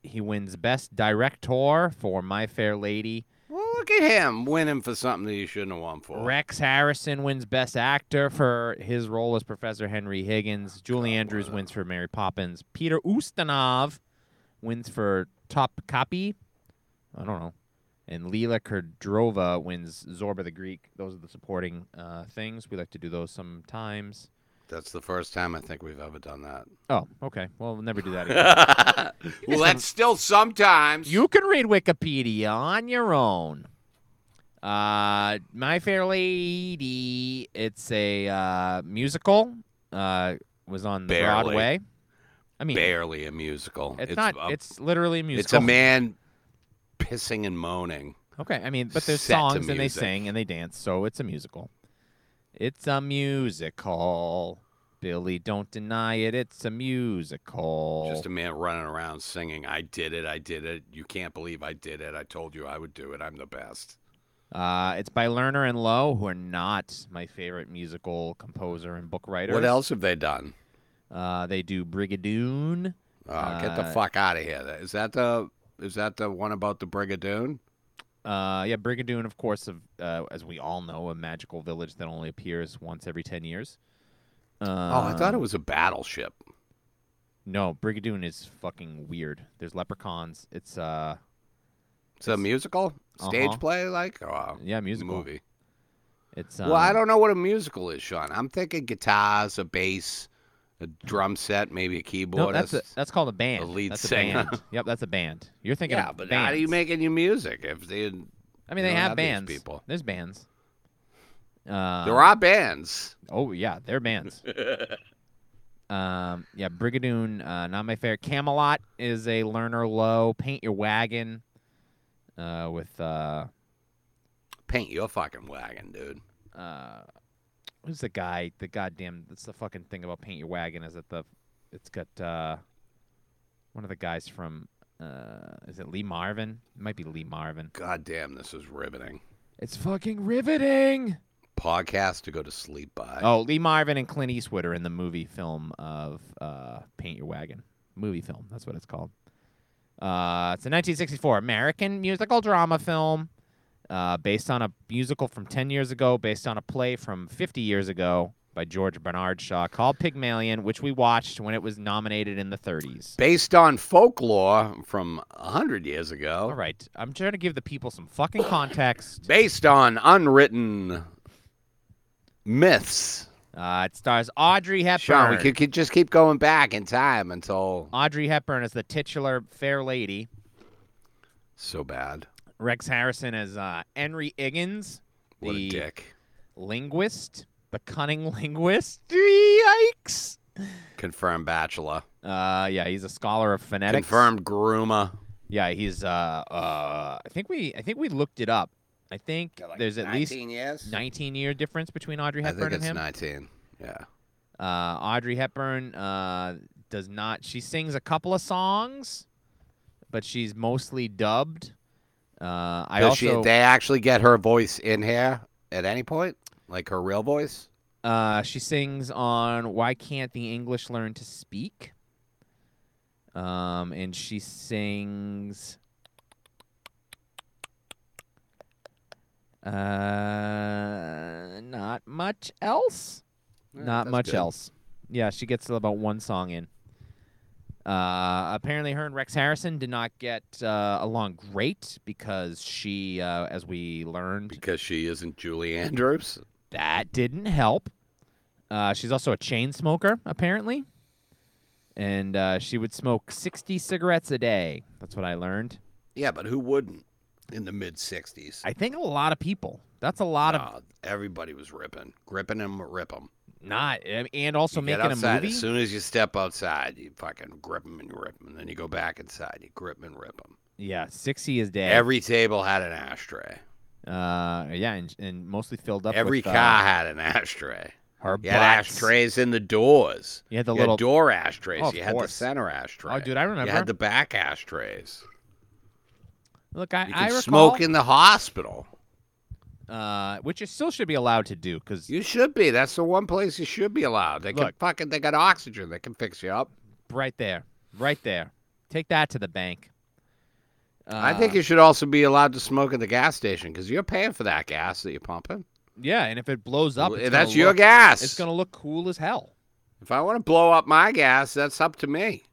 Speaker 1: he wins best director for My Fair Lady.
Speaker 3: Well, look at him winning for something that he shouldn't have won for.
Speaker 1: Rex Harrison wins best actor for his role as Professor Henry Higgins. Julie Andrews wins for Mary Poppins. Peter Ustinov wins for Top Copy. I don't know. And Leela Kurdrova wins Zorba the Greek. Those are the supporting uh, things. We like to do those sometimes.
Speaker 3: That's the first time I think we've ever done that.
Speaker 1: Oh, okay. Well, we'll never do that again.
Speaker 3: well, that's still sometimes.
Speaker 1: You can read Wikipedia on your own. Uh, My Fair Lady, it's a uh, musical. Uh, was on the
Speaker 3: Barely.
Speaker 1: Broadway. I mean,
Speaker 3: barely a musical.
Speaker 1: it's, not.
Speaker 3: a-
Speaker 1: it's literally a
Speaker 3: it's
Speaker 1: musical.
Speaker 3: a man pissing and moaning.
Speaker 1: Okay, I mean, but there's
Speaker 3: set to
Speaker 1: songs and they
Speaker 3: music.
Speaker 1: sing and they dance, so it's a musical. It's a musical. Billy, don't deny it. It's a musical.
Speaker 3: Just a man running around singing, "I did it, I did it. You can't believe I did it. I told you I would do it. I'm the best."
Speaker 1: uh, it's by Lerner and Lowe, who are not my favorite musical composer and book writer.
Speaker 3: What else have they done?
Speaker 1: Uh, they do Brigadoon.
Speaker 3: Oh, get the
Speaker 1: Uh,
Speaker 3: fuck out of here! Is that the is that the one about the Brigadoon?
Speaker 1: Uh, yeah, Brigadoon, of course, of uh, as we all know, a magical village that only appears once every ten years. Uh,
Speaker 3: oh, I thought it was a battleship.
Speaker 1: No, Brigadoon is fucking weird. There's leprechauns. It's uh,
Speaker 3: It's a musical, stage
Speaker 1: Uh-huh.
Speaker 3: play, like or
Speaker 1: yeah,
Speaker 3: a
Speaker 1: musical.
Speaker 3: movie.
Speaker 1: It's um,
Speaker 3: Well, I don't know what a musical is, Sean. I'm thinking guitars, a bass, a drum set, maybe a
Speaker 1: No,
Speaker 3: keyboard.
Speaker 1: that's a, that's called a band.
Speaker 3: lead
Speaker 1: that's
Speaker 3: singer.
Speaker 1: A band. Yep, that's a band. You're thinking
Speaker 3: yeah,
Speaker 1: of
Speaker 3: but
Speaker 1: bands.
Speaker 3: how do you make any music if they?
Speaker 1: I mean,
Speaker 3: you
Speaker 1: they
Speaker 3: don't
Speaker 1: have
Speaker 3: have these
Speaker 1: bands.
Speaker 3: people?
Speaker 1: There's bands. Uh,
Speaker 3: there are bands.
Speaker 1: Oh yeah, they're bands. um, yeah, Brigadoon, uh, not my favorite. Camelot is a learner low. Paint your wagon, uh, with uh,
Speaker 3: Paint your fucking wagon, dude.
Speaker 1: uh, who's the guy? The goddamn that's the fucking thing about paint your wagon is that the it's got uh, one of the guys from uh, is it Lee Marvin? It might be Lee Marvin.
Speaker 3: God damn, this is riveting.
Speaker 1: It's fucking riveting.
Speaker 3: Podcast to go to sleep by.
Speaker 1: Oh, Lee Marvin and Clint Eastwood are in the movie film of uh, Paint Your Wagon. Movie film, that's what it's called. Uh, it's a 1964 American musical drama film uh, based on a musical from 10 years ago, based on a play from 50 years ago by George Bernard Shaw called Pygmalion, which we watched when it was nominated in the 30s.
Speaker 3: Based on folklore from a hundred years ago.
Speaker 1: All right, I'm trying to give the people some fucking context.
Speaker 3: Based on unwritten myths.
Speaker 1: Uh, it stars Audrey Hepburn.
Speaker 3: Sean, we could, could just keep going back in time until
Speaker 1: Audrey Hepburn is the titular fair lady.
Speaker 3: so bad.
Speaker 1: Rex Harrison as uh, Henry Iggins,
Speaker 3: What
Speaker 1: the
Speaker 3: a dick.
Speaker 1: linguist, the cunning linguist. Yikes!
Speaker 3: Confirmed bachelor.
Speaker 1: Uh, yeah, he's a scholar of phonetics.
Speaker 3: Confirmed groomer.
Speaker 1: Yeah, he's. Uh, uh, I think we. I think we looked it up. I think there's at least
Speaker 3: years.
Speaker 1: 19 year difference between Audrey
Speaker 3: I
Speaker 1: Hepburn and
Speaker 3: think it's
Speaker 1: him.
Speaker 3: nineteen. Yeah.
Speaker 1: Uh, Audrey Hepburn uh, does not. She sings a couple of songs, but she's mostly dubbed. Uh, I
Speaker 3: Does
Speaker 1: also.
Speaker 3: she, they actually get her voice in here at any point, like her real voice.
Speaker 1: Uh, she sings on "Why Can't the English Learn to Speak," um, and she sings. Uh, not much else.
Speaker 3: Yeah,
Speaker 1: not
Speaker 3: Eh, that's
Speaker 1: much
Speaker 3: good.
Speaker 1: else. Yeah, she gets about one song in. Uh, apparently, her and Rex Harrison did not get uh, along great because she, uh, as we learned,
Speaker 3: Because she isn't Julie Andrews.
Speaker 1: that didn't help. Uh, she's also a chain smoker, apparently. And uh, she would smoke 60 cigarettes a day. That's what I learned.
Speaker 3: Yeah, but who wouldn't in the mid 60s?
Speaker 1: I think a lot of people. That's a lot of
Speaker 3: everybody was ripping, gripping them, rip them.
Speaker 1: not, I mean, and also
Speaker 3: You get
Speaker 1: making a
Speaker 3: outside,
Speaker 1: movie.
Speaker 3: As soon as you step outside, you fucking grip them and you rip them. And then you go back inside, you grip them and rip them.
Speaker 1: yeah, 60 is day.
Speaker 3: Every table had an ashtray.
Speaker 1: uh, yeah, and, and mostly filled up.
Speaker 3: Every
Speaker 1: with, uh,
Speaker 3: car had an ashtray.
Speaker 1: her
Speaker 3: You had
Speaker 1: butts.
Speaker 3: ashtrays in the doors.
Speaker 1: You had the
Speaker 3: you
Speaker 1: little.
Speaker 3: had door ashtrays.
Speaker 1: Oh, of
Speaker 3: you had the
Speaker 1: course.
Speaker 3: center ashtray.
Speaker 1: oh, dude, I remember.
Speaker 3: You had the back ashtrays.
Speaker 1: Look, I,
Speaker 3: You
Speaker 1: I
Speaker 3: could
Speaker 1: recall,
Speaker 3: smoke in the hospital.
Speaker 1: uh, which you still should be allowed to do because
Speaker 3: You should be. That's the one place you should be allowed. They can
Speaker 1: Look.
Speaker 3: fucking they got oxygen. They can fix you up.
Speaker 1: right there, right there. Take that to the bank. Uh,
Speaker 3: I think you should also be allowed to smoke at the gas station because you're paying for that gas that you're pumping.
Speaker 1: yeah, and if it blows up, it's
Speaker 3: that's
Speaker 1: gonna
Speaker 3: your
Speaker 1: look-
Speaker 3: gas.
Speaker 1: It's gonna look cool as hell.
Speaker 3: If I want to blow up my gas, that's up to me.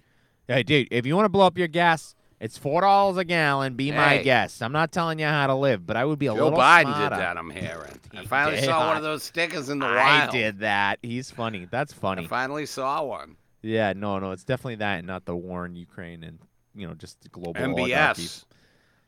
Speaker 1: Hey, dude, if you want to blow up your gas, it's four dollars a gallon. Be my
Speaker 3: Hey.
Speaker 1: guest. I'm not telling you how to live, but I would be a
Speaker 3: Joe
Speaker 1: little
Speaker 3: Biden
Speaker 1: smarter.
Speaker 3: did that. I'm hearing. I
Speaker 1: He
Speaker 3: finally
Speaker 1: did.
Speaker 3: saw one of those stickers in the
Speaker 1: I
Speaker 3: wild.
Speaker 1: did that. He's funny. That's
Speaker 3: I
Speaker 1: funny.
Speaker 3: finally saw one.
Speaker 1: yeah, no, no, it's definitely that, and not the war in Ukraine and you know just the global oligarchy.
Speaker 3: MBS.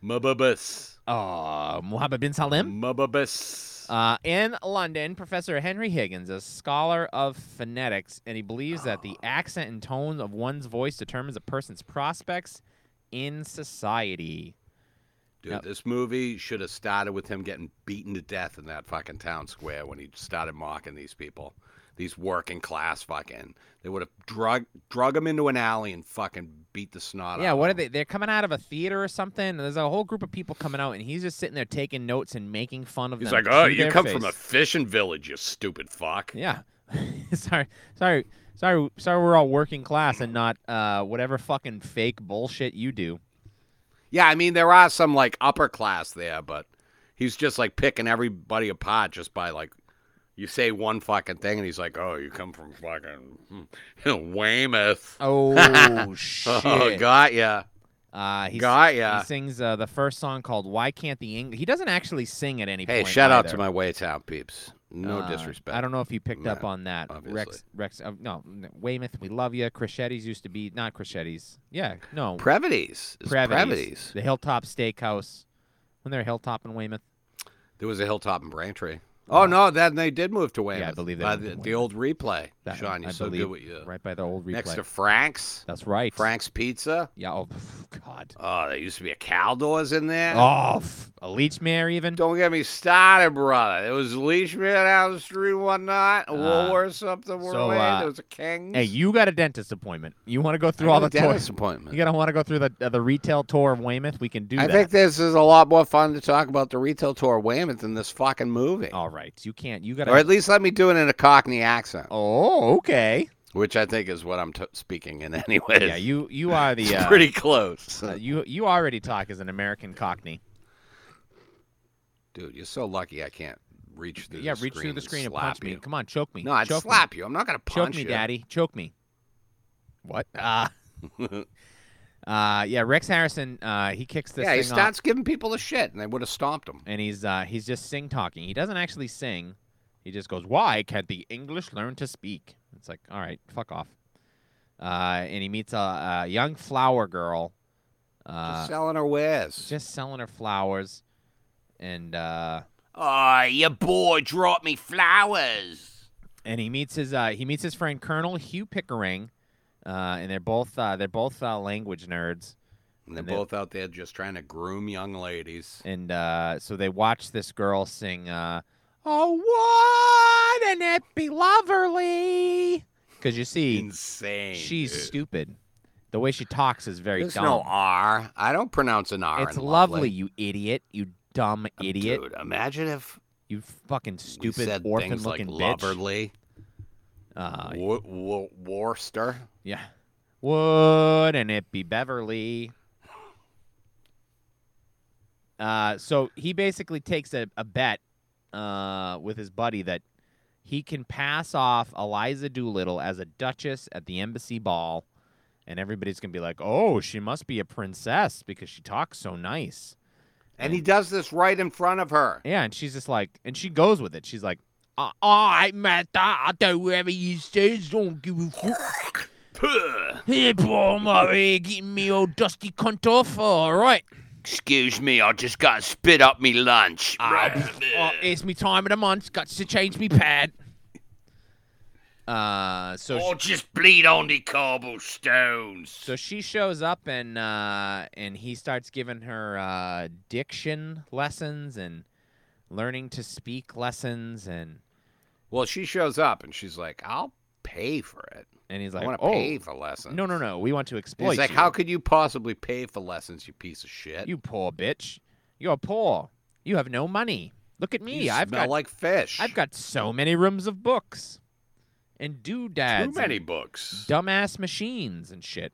Speaker 3: Mubabus.
Speaker 1: Uh, Mohammed bin Salim.
Speaker 3: Mubabus.
Speaker 1: Uh, in London, Professor Henry Higgins, a scholar of phonetics, and he believes that the accent and tone of one's voice determines a person's prospects in society.
Speaker 3: Dude,
Speaker 1: Yep.
Speaker 3: this movie should have started with him getting beaten to death in that fucking town square when he started mocking these people, these working class fucking. They would have drug drug him into an alley and fucking beat the snot.
Speaker 1: Yeah,
Speaker 3: out
Speaker 1: what are
Speaker 3: of him.
Speaker 1: they? They're coming out of a theater or something, and there's a whole group of people coming out, and he's just sitting there taking notes and making fun of
Speaker 3: He's
Speaker 1: them.
Speaker 3: like, "Oh,
Speaker 1: to
Speaker 3: you
Speaker 1: their
Speaker 3: come
Speaker 1: face.
Speaker 3: from a fishing village, you stupid fuck."
Speaker 1: yeah." sorry, sorry, sorry, sorry. We're all working class and not uh, whatever fucking fake bullshit you do.
Speaker 3: Yeah, I mean there are some like upper class there, but he's just like picking everybody apart just by like you say one fucking thing and he's like, "Oh, you come from fucking hmm, Weymouth."
Speaker 1: Oh shit!
Speaker 3: Oh, got ya,
Speaker 1: Uh, he's,
Speaker 3: got ya.
Speaker 1: He sings uh, the first song called "Why Can't the English." He doesn't actually sing at any
Speaker 3: Hey,
Speaker 1: point.
Speaker 3: shout out to
Speaker 1: either.
Speaker 3: my Waytown peeps. No
Speaker 1: Uh,
Speaker 3: disrespect.
Speaker 1: I don't know if you picked up
Speaker 3: No,
Speaker 1: on that.
Speaker 3: obviously.
Speaker 1: Rex, Rex, uh, no, n- Weymouth, we love you. Crescetti's used to be not Crescetti's. Yeah, no,
Speaker 3: Previties. It's
Speaker 1: Previty's.
Speaker 3: Previties.
Speaker 1: The Hilltop Steakhouse. When they're Hilltop in Weymouth.
Speaker 3: There was a hilltop in Braintree. Oh no, then they did move to Weymouth.
Speaker 1: believe they
Speaker 3: Uh,
Speaker 1: moved to
Speaker 3: the, the
Speaker 1: Weymouth.
Speaker 3: old replay.
Speaker 1: That-
Speaker 3: Sean, you're
Speaker 1: I
Speaker 3: so
Speaker 1: believe,
Speaker 3: good with you.
Speaker 1: Right by the old replay.
Speaker 3: Next to Frank's.
Speaker 1: That's right.
Speaker 3: Frank's Pizza.
Speaker 1: Yeah. Oh, pff, God.
Speaker 3: Oh, there used to be a Caldors in there.
Speaker 1: Oh, pff, a leech mare even.
Speaker 3: Don't get me started, brother. It was Leishman down the street one night. A
Speaker 1: Uh,
Speaker 3: Woolworths up the
Speaker 1: so,
Speaker 3: way.
Speaker 1: uh,
Speaker 3: there was a King's.
Speaker 1: Hey, you got a dentist appointment. You want to go
Speaker 3: I
Speaker 1: through
Speaker 3: got
Speaker 1: all
Speaker 3: a
Speaker 1: the
Speaker 3: dentist
Speaker 1: tours?
Speaker 3: appointment.
Speaker 1: You gonna want to go through the uh, the retail tour of Weymouth? We can do
Speaker 3: I
Speaker 1: that.
Speaker 3: think this is a lot more fun to talk about the retail tour of Weymouth than this fucking movie.
Speaker 1: All right, you can't. You gotta.
Speaker 3: Or at least let me do it in a Cockney accent,
Speaker 1: Oh, okay.
Speaker 3: which I think is what I'm t- speaking in anyway.
Speaker 1: Yeah, you you are
Speaker 3: It's
Speaker 1: the uh,
Speaker 3: pretty close.
Speaker 1: uh, you you already talk as an American Cockney.
Speaker 3: Dude, you're so lucky I can't reach through
Speaker 1: yeah,
Speaker 3: the
Speaker 1: reach through
Speaker 3: screen
Speaker 1: the screen and
Speaker 3: slap
Speaker 1: punch
Speaker 3: you.
Speaker 1: me. Come on, choke me.
Speaker 3: No, I'd
Speaker 1: choke
Speaker 3: slap you. I'm not going to
Speaker 1: Me. Choke
Speaker 3: punch
Speaker 1: me,
Speaker 3: you.
Speaker 1: Daddy. Choke me. What? Uh, uh, yeah, Rex Harrison. Uh, he kicks this
Speaker 3: yeah,
Speaker 1: thing
Speaker 3: he
Speaker 1: off,
Speaker 3: starts giving people the shit, and they would have stomped him.
Speaker 1: and he's uh, he's just sing talking. He doesn't actually sing. He just goes, "Why can't the English learn to speak?" It's like, all right, fuck off. Uh, and he meets a, a young flower girl. Uh,
Speaker 3: Just selling her wares.
Speaker 1: just selling her flowers and uh
Speaker 3: Oh, your boy dropped me flowers.
Speaker 1: and he meets his uh he meets his friend Colonel Hugh Pickering uh and they're both uh they're both uh language nerds
Speaker 3: And they're
Speaker 1: And they-
Speaker 3: both out there just trying to groom young ladies.
Speaker 1: and uh so they watch this girl sing uh oh wouldn't it be loverly because you see
Speaker 3: Insane.
Speaker 1: she's
Speaker 3: dude.
Speaker 1: stupid the way she talks is very
Speaker 3: There's
Speaker 1: dumb
Speaker 3: no R. I don't pronounce an R.
Speaker 1: it's
Speaker 3: in
Speaker 1: lovely you idiot you dumb
Speaker 3: Um,
Speaker 1: idiot
Speaker 3: Dude, imagine if
Speaker 1: you fucking
Speaker 3: we
Speaker 1: stupid
Speaker 3: said
Speaker 1: orphan
Speaker 3: things like
Speaker 1: looking bitch
Speaker 3: loverly,
Speaker 1: uh,
Speaker 3: Wo- Wo- Worcester.
Speaker 1: Yeah. Wouldn't it be Beverly? Uh, so he basically takes a, a bet uh, with his buddy that he can pass off Eliza Doolittle as a duchess at the embassy ball, and everybody's going to be like, oh, she must be a princess because she talks so nice.
Speaker 3: And he does this right in front of her.
Speaker 1: Yeah, and she's just like, and she goes with it. She's like, Uh, all right, Master, I'll do whatever you say. as long as Don't give a fuck. Hey, boy, Murray, getting me old dusty cunt off. All right. Oh,
Speaker 3: Excuse me, I just got to spit up me lunch.
Speaker 1: Uh, uh, it's me time of the month. Got to change me pad. Uh, so
Speaker 3: Or just bleed on the cobblestones.
Speaker 1: So she shows up and uh, and he starts giving her uh, diction lessons and learning to speak lessons and
Speaker 3: Well, she shows up and she's like, I'll pay for it.
Speaker 1: and he's
Speaker 3: I
Speaker 1: like,
Speaker 3: want to
Speaker 1: oh
Speaker 3: pay for lessons.
Speaker 1: no no no, we want to exploit
Speaker 3: He's like,
Speaker 1: you.
Speaker 3: how could you possibly pay for lessons, you piece of shit?
Speaker 1: Uh, you poor bitch, you're poor, you have no money. Look at me,
Speaker 3: You
Speaker 1: I've
Speaker 3: smell
Speaker 1: got
Speaker 3: like fish.
Speaker 1: I've got so many rooms of books and doodads,
Speaker 3: too many
Speaker 1: and
Speaker 3: books.
Speaker 1: dumbass machines and shit.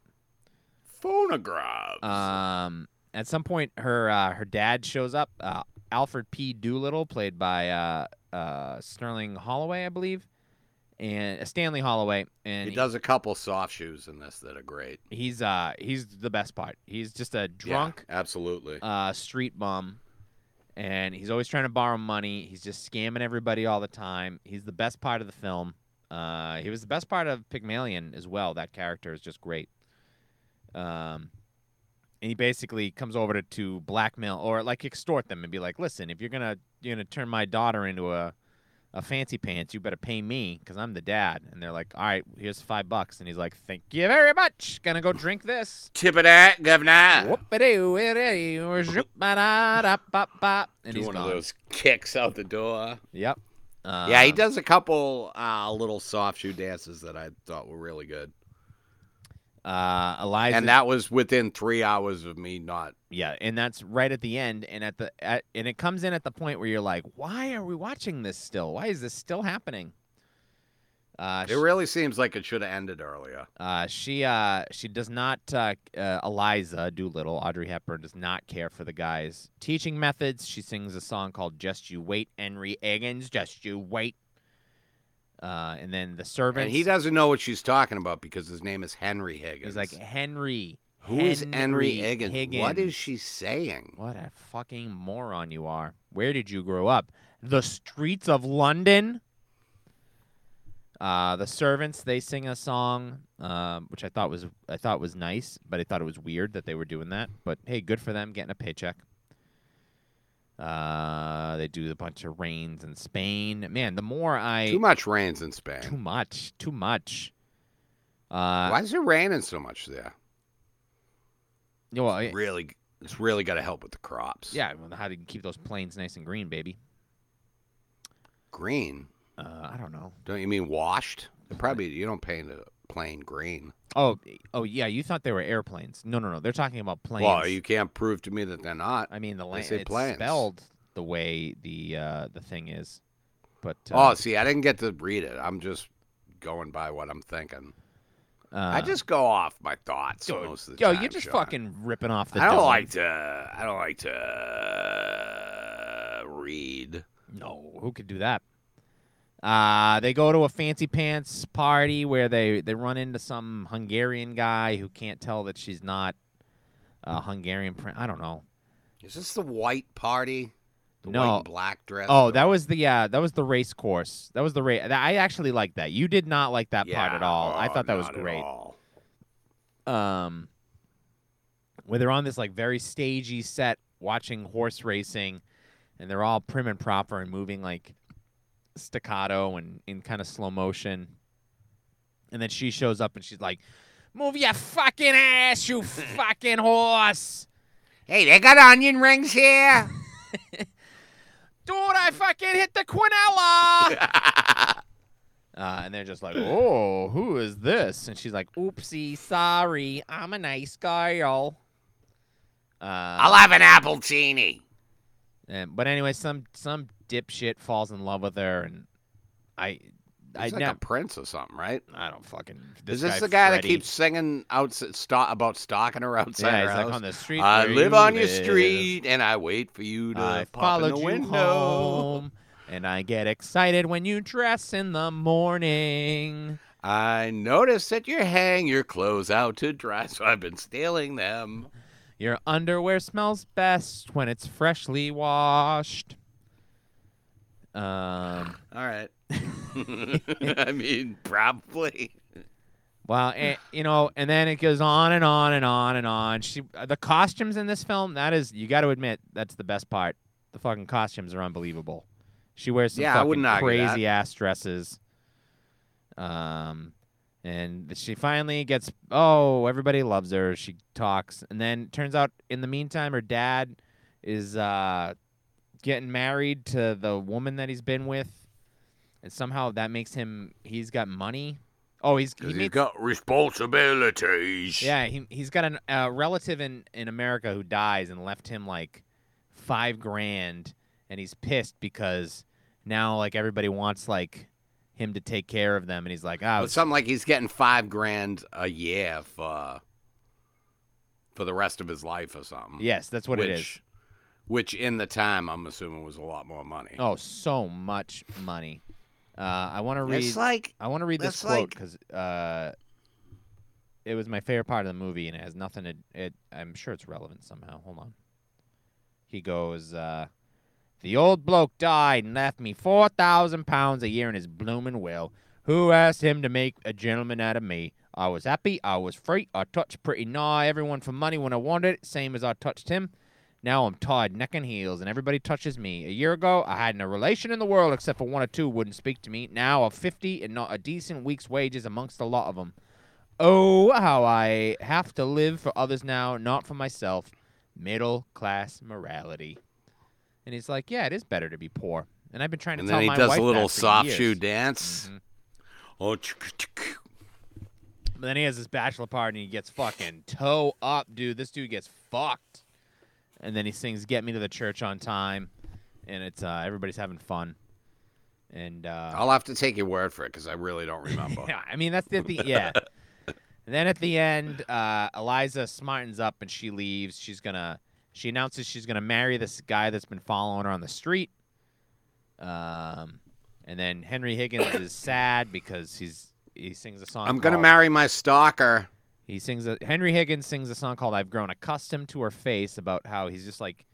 Speaker 3: Phonographs.
Speaker 1: Um, at some point, her uh, her dad shows up. Uh, Alfred P. Doolittle, played by uh, uh, Sterling Holloway, I believe, and uh, Stanley Holloway, and
Speaker 3: he does a couple soft shoes in this that are great.
Speaker 1: He's uh he's the best part. He's just a
Speaker 3: Yeah,
Speaker 1: drunk
Speaker 3: absolutely.
Speaker 1: uh, street bum, and he's always trying to borrow money. He's just scamming everybody all the time. He's the best part of the film. Uh, he was the best part of Pygmalion as well. That character is just great. Um, and he basically comes over to, to blackmail or like extort them and be like, "Listen, if you're gonna you're gonna turn my daughter into a a fancy pants, you better pay me because I'm the dad." And they're like, "All right, here's five bucks." And he's like, "Thank you very much. Gonna go drink this."
Speaker 3: Tip it at, governor.
Speaker 1: Whoop-a-doo-a-doo-a-zoop-a-da-da-bop-bop. And
Speaker 3: Do
Speaker 1: he's
Speaker 3: one
Speaker 1: gone.
Speaker 3: of those kicks out the door.
Speaker 1: Yep. Uh,
Speaker 3: yeah, he does a couple uh, little soft shoe dances that I thought were really good.
Speaker 1: Uh, Eliza.
Speaker 3: and that was within three hours of me not.
Speaker 1: yeah, and that's right at the end, and at the at, and it comes in at the point where you're like, why are we watching this still? Why is this still happening? Uh,
Speaker 3: It really seems like it should have ended earlier.
Speaker 1: Uh, she uh, she does not. Uh, uh, Eliza Doolittle, Audrey Hepburn, does not care for the guy's teaching methods. She sings a song called "Just You Wait," Henry Eggins, "Just You Wait," uh, and then the servants.
Speaker 3: And he doesn't know what she's talking about because his name is Henry Higgins.
Speaker 1: He's like Henry.
Speaker 3: Who is
Speaker 1: Henry
Speaker 3: Henry Higgins? What is she saying?
Speaker 1: What a fucking moron you are. Where did you grow up? The streets of London? Uh, the servants they sing a song, um, which I thought was I thought was nice, but I thought it was weird that they were doing that. But hey, good for them getting a paycheck. Uh, they do a bunch of rains in Spain. Man, the more I
Speaker 3: Too much rains in
Speaker 1: too
Speaker 3: Spain.
Speaker 1: much, too much. Uh,
Speaker 3: Why is it raining so much there?
Speaker 1: you know, I-
Speaker 3: Really, it's really got to help with the crops.
Speaker 1: Oh, yeah. well, How do you keep those plains nice and green, baby?
Speaker 3: green.
Speaker 1: Uh, I don't know.
Speaker 3: Don't you mean washed? Probably you don't paint a plain green.
Speaker 1: Oh, y- oh yeah. You thought they were airplanes? No, no, no. They're talking about planes.
Speaker 3: Well, you can't prove to me that they're not.
Speaker 1: I mean, the
Speaker 3: they
Speaker 1: land.
Speaker 3: say
Speaker 1: It's
Speaker 3: planes.
Speaker 1: spelled the way the uh, the thing is, but
Speaker 3: Oh,
Speaker 1: uh,
Speaker 3: see, I didn't get to read it. I'm just going by what I'm thinking.
Speaker 1: uh,
Speaker 3: I just go off my thoughts
Speaker 1: yo,
Speaker 3: most of the
Speaker 1: yo,
Speaker 3: time.
Speaker 1: you're just
Speaker 3: Sean.
Speaker 1: fucking ripping off the.
Speaker 3: I don't
Speaker 1: dome.
Speaker 3: like to. I don't like to read.
Speaker 1: No, who could do that? Uh, they go to a fancy pants party where they, they run into some Hungarian guy who can't tell that she's not a Hungarian. Prin- I don't know.
Speaker 3: Is this the white party? The white
Speaker 1: No.
Speaker 3: and black dress.
Speaker 1: Oh, that was the uh, that was the race course. That was the race. I actually liked that. You did not like that part at
Speaker 3: Yeah,
Speaker 1: all. I
Speaker 3: oh,
Speaker 1: thought that was
Speaker 3: not at
Speaker 1: great.
Speaker 3: all.
Speaker 1: Um, where they're on this like very stagey set watching horse racing, and they're all prim and proper and moving like staccato and in kind of slow motion. And then she shows up and she's like, "Move your fucking ass, you fucking horse!
Speaker 3: Hey, they got onion rings here.
Speaker 1: Dude, I fucking hit the quinella!" Uh, and they're just like, "Oh, who is this?" And she's like, "Oopsie, sorry, I'm a nice girl." Uh,
Speaker 3: I'll have an apple teeny.
Speaker 1: and- Eh, but anyway, some some dipshit falls in love with her, and I, I
Speaker 3: He's like
Speaker 1: nev-
Speaker 3: a prince or something, right?
Speaker 1: I don't fucking.
Speaker 3: Is this the guy
Speaker 1: Freddy.
Speaker 3: that keeps singing out sto- about stalking her outside
Speaker 1: Yeah,
Speaker 3: her
Speaker 1: he's
Speaker 3: house?
Speaker 1: like on the street.
Speaker 3: I
Speaker 1: where
Speaker 3: live
Speaker 1: you
Speaker 3: on your
Speaker 1: live.
Speaker 3: street and I wait for you to
Speaker 1: I
Speaker 3: pop in
Speaker 1: followed
Speaker 3: the
Speaker 1: you
Speaker 3: window.
Speaker 1: home, and I get excited when you dress in the morning.
Speaker 3: I notice that you hang your clothes out to dry, so I've been stealing them.
Speaker 1: Your underwear smells best when it's freshly washed. Um,
Speaker 3: All right. I mean, probably.
Speaker 1: Well, and, you know, and then it goes on and on and on and on. She, uh, the costumes in this film, that is, you got to admit, that's the best part. The fucking costumes are unbelievable. She wears some
Speaker 3: Yeah, I wouldn't
Speaker 1: fucking
Speaker 3: argue
Speaker 1: crazy ass dresses. Um, and she finally gets, oh, everybody loves her. She talks, and then turns out, in the meantime, her dad is uh getting married to the woman that he's been with, and somehow that makes him he's got money. Oh, he's he
Speaker 3: Because he's
Speaker 1: meets
Speaker 3: got responsibilities.
Speaker 1: yeah, he he's got an- a relative in in America who dies and left him like five grand, and he's pissed because now like everybody wants like him to take care of them, and he's like, ah,
Speaker 3: But something like he's getting five grand a year for for the rest of his life or something.
Speaker 1: yes, that's what
Speaker 3: which,
Speaker 1: it is.
Speaker 3: Which in the time, I'm assuming, was a lot more money.
Speaker 1: Oh, so much money. Uh, I want to read.
Speaker 3: it's like
Speaker 1: I want to read this
Speaker 3: that's
Speaker 1: quote
Speaker 3: like-
Speaker 1: because uh, it was my favorite part of the movie, and it has nothing to. It, I'm sure it's relevant somehow. Hold on. He goes, uh, "The old bloke died and left me four thousand pounds a year in his bloomin' will. Who asked him to make a gentleman out of me? I was happy. I was free. I touched pretty nigh everyone for money when I wanted it, same as I touched him." Now I'm tied neck and heels, and everybody touches me. A year ago, I hadn't a relation in the world except for one or two wouldn't speak to me. Now I'm 50 and not a decent week's wages amongst a lot of them. Oh, how I have to live for others now, not for myself. Middle class morality. And he's like, yeah, it is better to be poor. And I've been trying to
Speaker 3: And
Speaker 1: tell
Speaker 3: then he
Speaker 1: my
Speaker 3: does
Speaker 1: wife
Speaker 3: a little
Speaker 1: that for
Speaker 3: soft
Speaker 1: years. Mm-hmm.
Speaker 3: shoe dance. Oh, tsk, tsk, tsk.
Speaker 1: But then he has this bachelor party and he gets fucking toe up, dude. This dude gets fucked. And then he sings "Get Me to the Church on Time," and it's uh, everybody's having fun. And uh,
Speaker 3: I'll have to take your word for it because I really don't remember.
Speaker 1: yeah, I mean that's the, the yeah. and then at the end, uh, Eliza smartens up and she leaves. She's gonna she announces she's gonna marry this guy that's been following her on the street. Um, and then Henry Higgins is sad because he's he sings a song.
Speaker 3: I'm gonna
Speaker 1: called-
Speaker 3: marry my stalker.
Speaker 1: He sings a Henry Higgins sings a song called "I've Grown Accustomed to Her Face" about how he's just like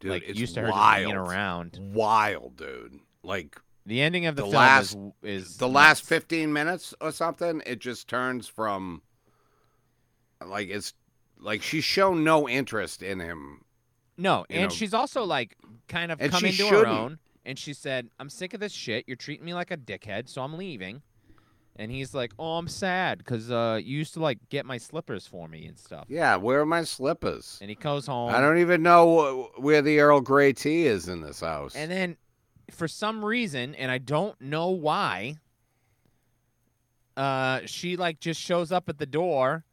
Speaker 3: Dude,
Speaker 1: like
Speaker 3: it's
Speaker 1: used to her
Speaker 3: wild.
Speaker 1: just being around.
Speaker 3: Wild, dude. Like
Speaker 1: The ending of the,
Speaker 3: The
Speaker 1: film
Speaker 3: last-
Speaker 1: is, is
Speaker 3: the last 15 minutes or something, it just turns from like it's like she's shown no interest in him.
Speaker 1: no,
Speaker 3: you
Speaker 1: and
Speaker 3: know.
Speaker 1: she's also like kind of
Speaker 3: And
Speaker 1: come
Speaker 3: she
Speaker 1: into her
Speaker 3: shouldn't.
Speaker 1: own, and she said, "I'm sick of this shit. You're treating me like a dickhead, so I'm leaving." And he's like, "Oh, I'm sad because uh, you used to like get my slippers for me and stuff."
Speaker 3: Yeah, where are my slippers?
Speaker 1: And he goes home.
Speaker 3: I don't even know wh- where the Earl Grey tea is in this house.
Speaker 1: And then, for some reason, and I don't know why, uh, she like just shows up at the door,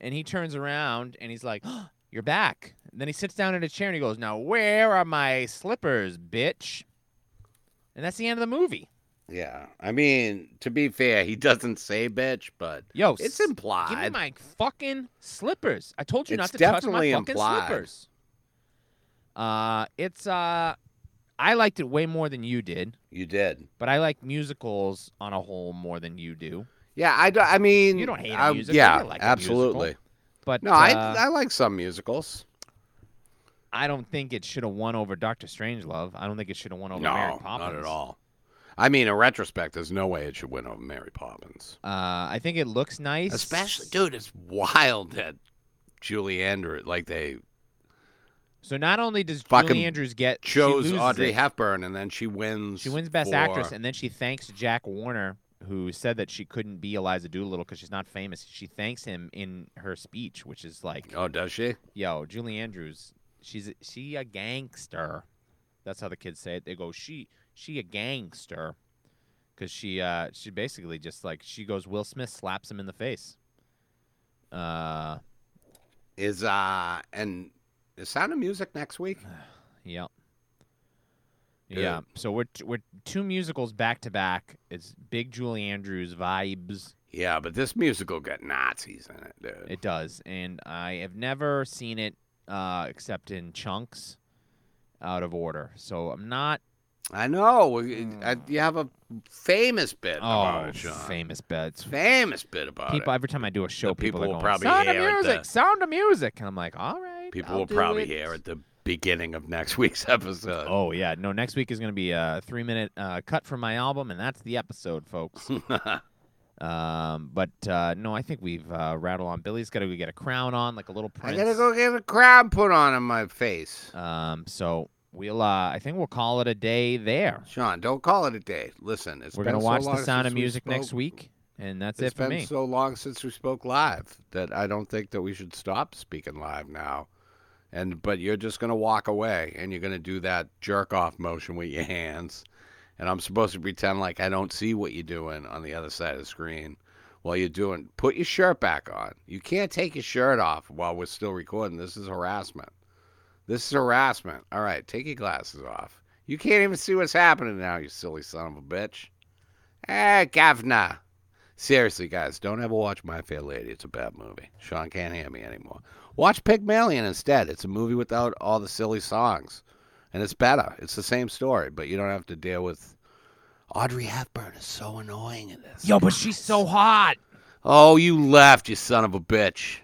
Speaker 1: and he turns around and he's like, "You're back." And then he sits down in a chair and he goes, "Now where are my slippers, bitch?" And that's the end of the movie.
Speaker 3: yeah, I mean, to be fair, he doesn't say bitch, but
Speaker 1: Yo,
Speaker 3: it's
Speaker 1: s- Give me
Speaker 3: implied.
Speaker 1: my fucking slippers. I told you not
Speaker 3: It's
Speaker 1: to touch my
Speaker 3: definitely
Speaker 1: fucking
Speaker 3: implied.
Speaker 1: slippers. Uh, it's uh, I liked it way more than you did.
Speaker 3: you did.
Speaker 1: but I like musicals on a whole more than you do.
Speaker 3: Yeah, I, do, I mean,
Speaker 1: You don't hate a
Speaker 3: I-
Speaker 1: musical,
Speaker 3: Yeah,
Speaker 1: you like a
Speaker 3: absolutely.
Speaker 1: musical. But
Speaker 3: No,
Speaker 1: uh,
Speaker 3: I,
Speaker 1: I,
Speaker 3: I like some musicals.
Speaker 1: don't think it should have won over Doctor Strangelove. I don't think it should have won over Mary
Speaker 3: no,
Speaker 1: Poppins.
Speaker 3: not at all. I mean, in retrospect, there's no way it should win over Mary Poppins.
Speaker 1: Uh, I think it looks nice,
Speaker 3: Especially, dude, it's wild that Julie Andrews, like they
Speaker 1: So not only does
Speaker 3: Fucking
Speaker 1: Julie Andrews get she
Speaker 3: chose
Speaker 1: loses
Speaker 3: Audrey
Speaker 1: it.
Speaker 3: Hepburn, and then she wins.
Speaker 1: she wins Best
Speaker 3: for-
Speaker 1: Actress, and then she thanks Jack Warner, who said that she couldn't be Eliza Doolittle because she's not famous. She thanks him in her speech, which is like,
Speaker 3: Oh, does she?
Speaker 1: yo, Julie Andrews, she's a- she a gangster. That's how the kids say it. They go, she she a gangster, because she uh she basically just like she goes Will Smith slaps him in the face. Uh,
Speaker 3: Is uh, and is Sound of Music next week?
Speaker 1: yeah.
Speaker 3: Dude.
Speaker 1: Yeah, so we're t- we're two musicals back to back. It's big Julie Andrews vibes.
Speaker 3: Yeah, but this musical got Nazis in it, dude.
Speaker 1: It does, and I have never seen it uh, except in chunks, out of order. So I'm not
Speaker 3: I know. I, you have a famous bit about
Speaker 1: Mm. oh
Speaker 3: it, Sean.
Speaker 1: famous bets.
Speaker 3: famous bit about
Speaker 1: people
Speaker 3: it.
Speaker 1: every time I do a show,
Speaker 3: The
Speaker 1: people,
Speaker 3: people
Speaker 1: are
Speaker 3: will
Speaker 1: going,
Speaker 3: probably
Speaker 1: "Sound of
Speaker 3: hear it,
Speaker 1: music,
Speaker 3: the-
Speaker 1: sound of music," and I'm like, "All right."
Speaker 3: People
Speaker 1: I'll
Speaker 3: will
Speaker 1: do
Speaker 3: probably
Speaker 1: it.
Speaker 3: hear at the beginning of next week's episode.
Speaker 1: Oh yeah, no. Next week is going to be a three-minute uh, cut from my album, and that's the episode, folks. um, but uh, no, I think we've uh, rattled on. Billy's got to go get a crown on, like a little
Speaker 3: I
Speaker 1: prince.
Speaker 3: gotta go get a crown put on in my face.
Speaker 1: Um, so we'll. Uh, I think we'll call it a day there.
Speaker 3: Sean, don't call it a day. Listen, it's
Speaker 1: Oh. We're
Speaker 3: been
Speaker 1: gonna
Speaker 3: so
Speaker 1: watch
Speaker 3: long
Speaker 1: The Sound
Speaker 3: since
Speaker 1: of
Speaker 3: we
Speaker 1: Music next
Speaker 3: spoke-
Speaker 1: week, and that's
Speaker 3: It's
Speaker 1: it for
Speaker 3: been
Speaker 1: me.
Speaker 3: so long since we spoke live that I don't think that we should stop speaking live now. And but you're just gonna walk away and you're gonna do that jerk off motion with your hands, and I'm supposed to pretend like I don't see what you're doing on the other side of the screen while you're doing. Put your shirt back on. You can't take your shirt off while we're still recording. This is harassment. This is harassment. All right, take your glasses off. You can't even see what's happening now, you silly son of a bitch. Eh, governor. Seriously, guys, don't ever watch My Fair Lady. It's a bad movie. Sean can't hear me anymore. Watch Pygmalion instead. It's a movie without all the silly songs. And it's better. It's the same story, but you don't have to deal with. Audrey Hepburn is so annoying in this.
Speaker 1: Yo, but she's so hot.
Speaker 3: Oh, you left, you son of a bitch.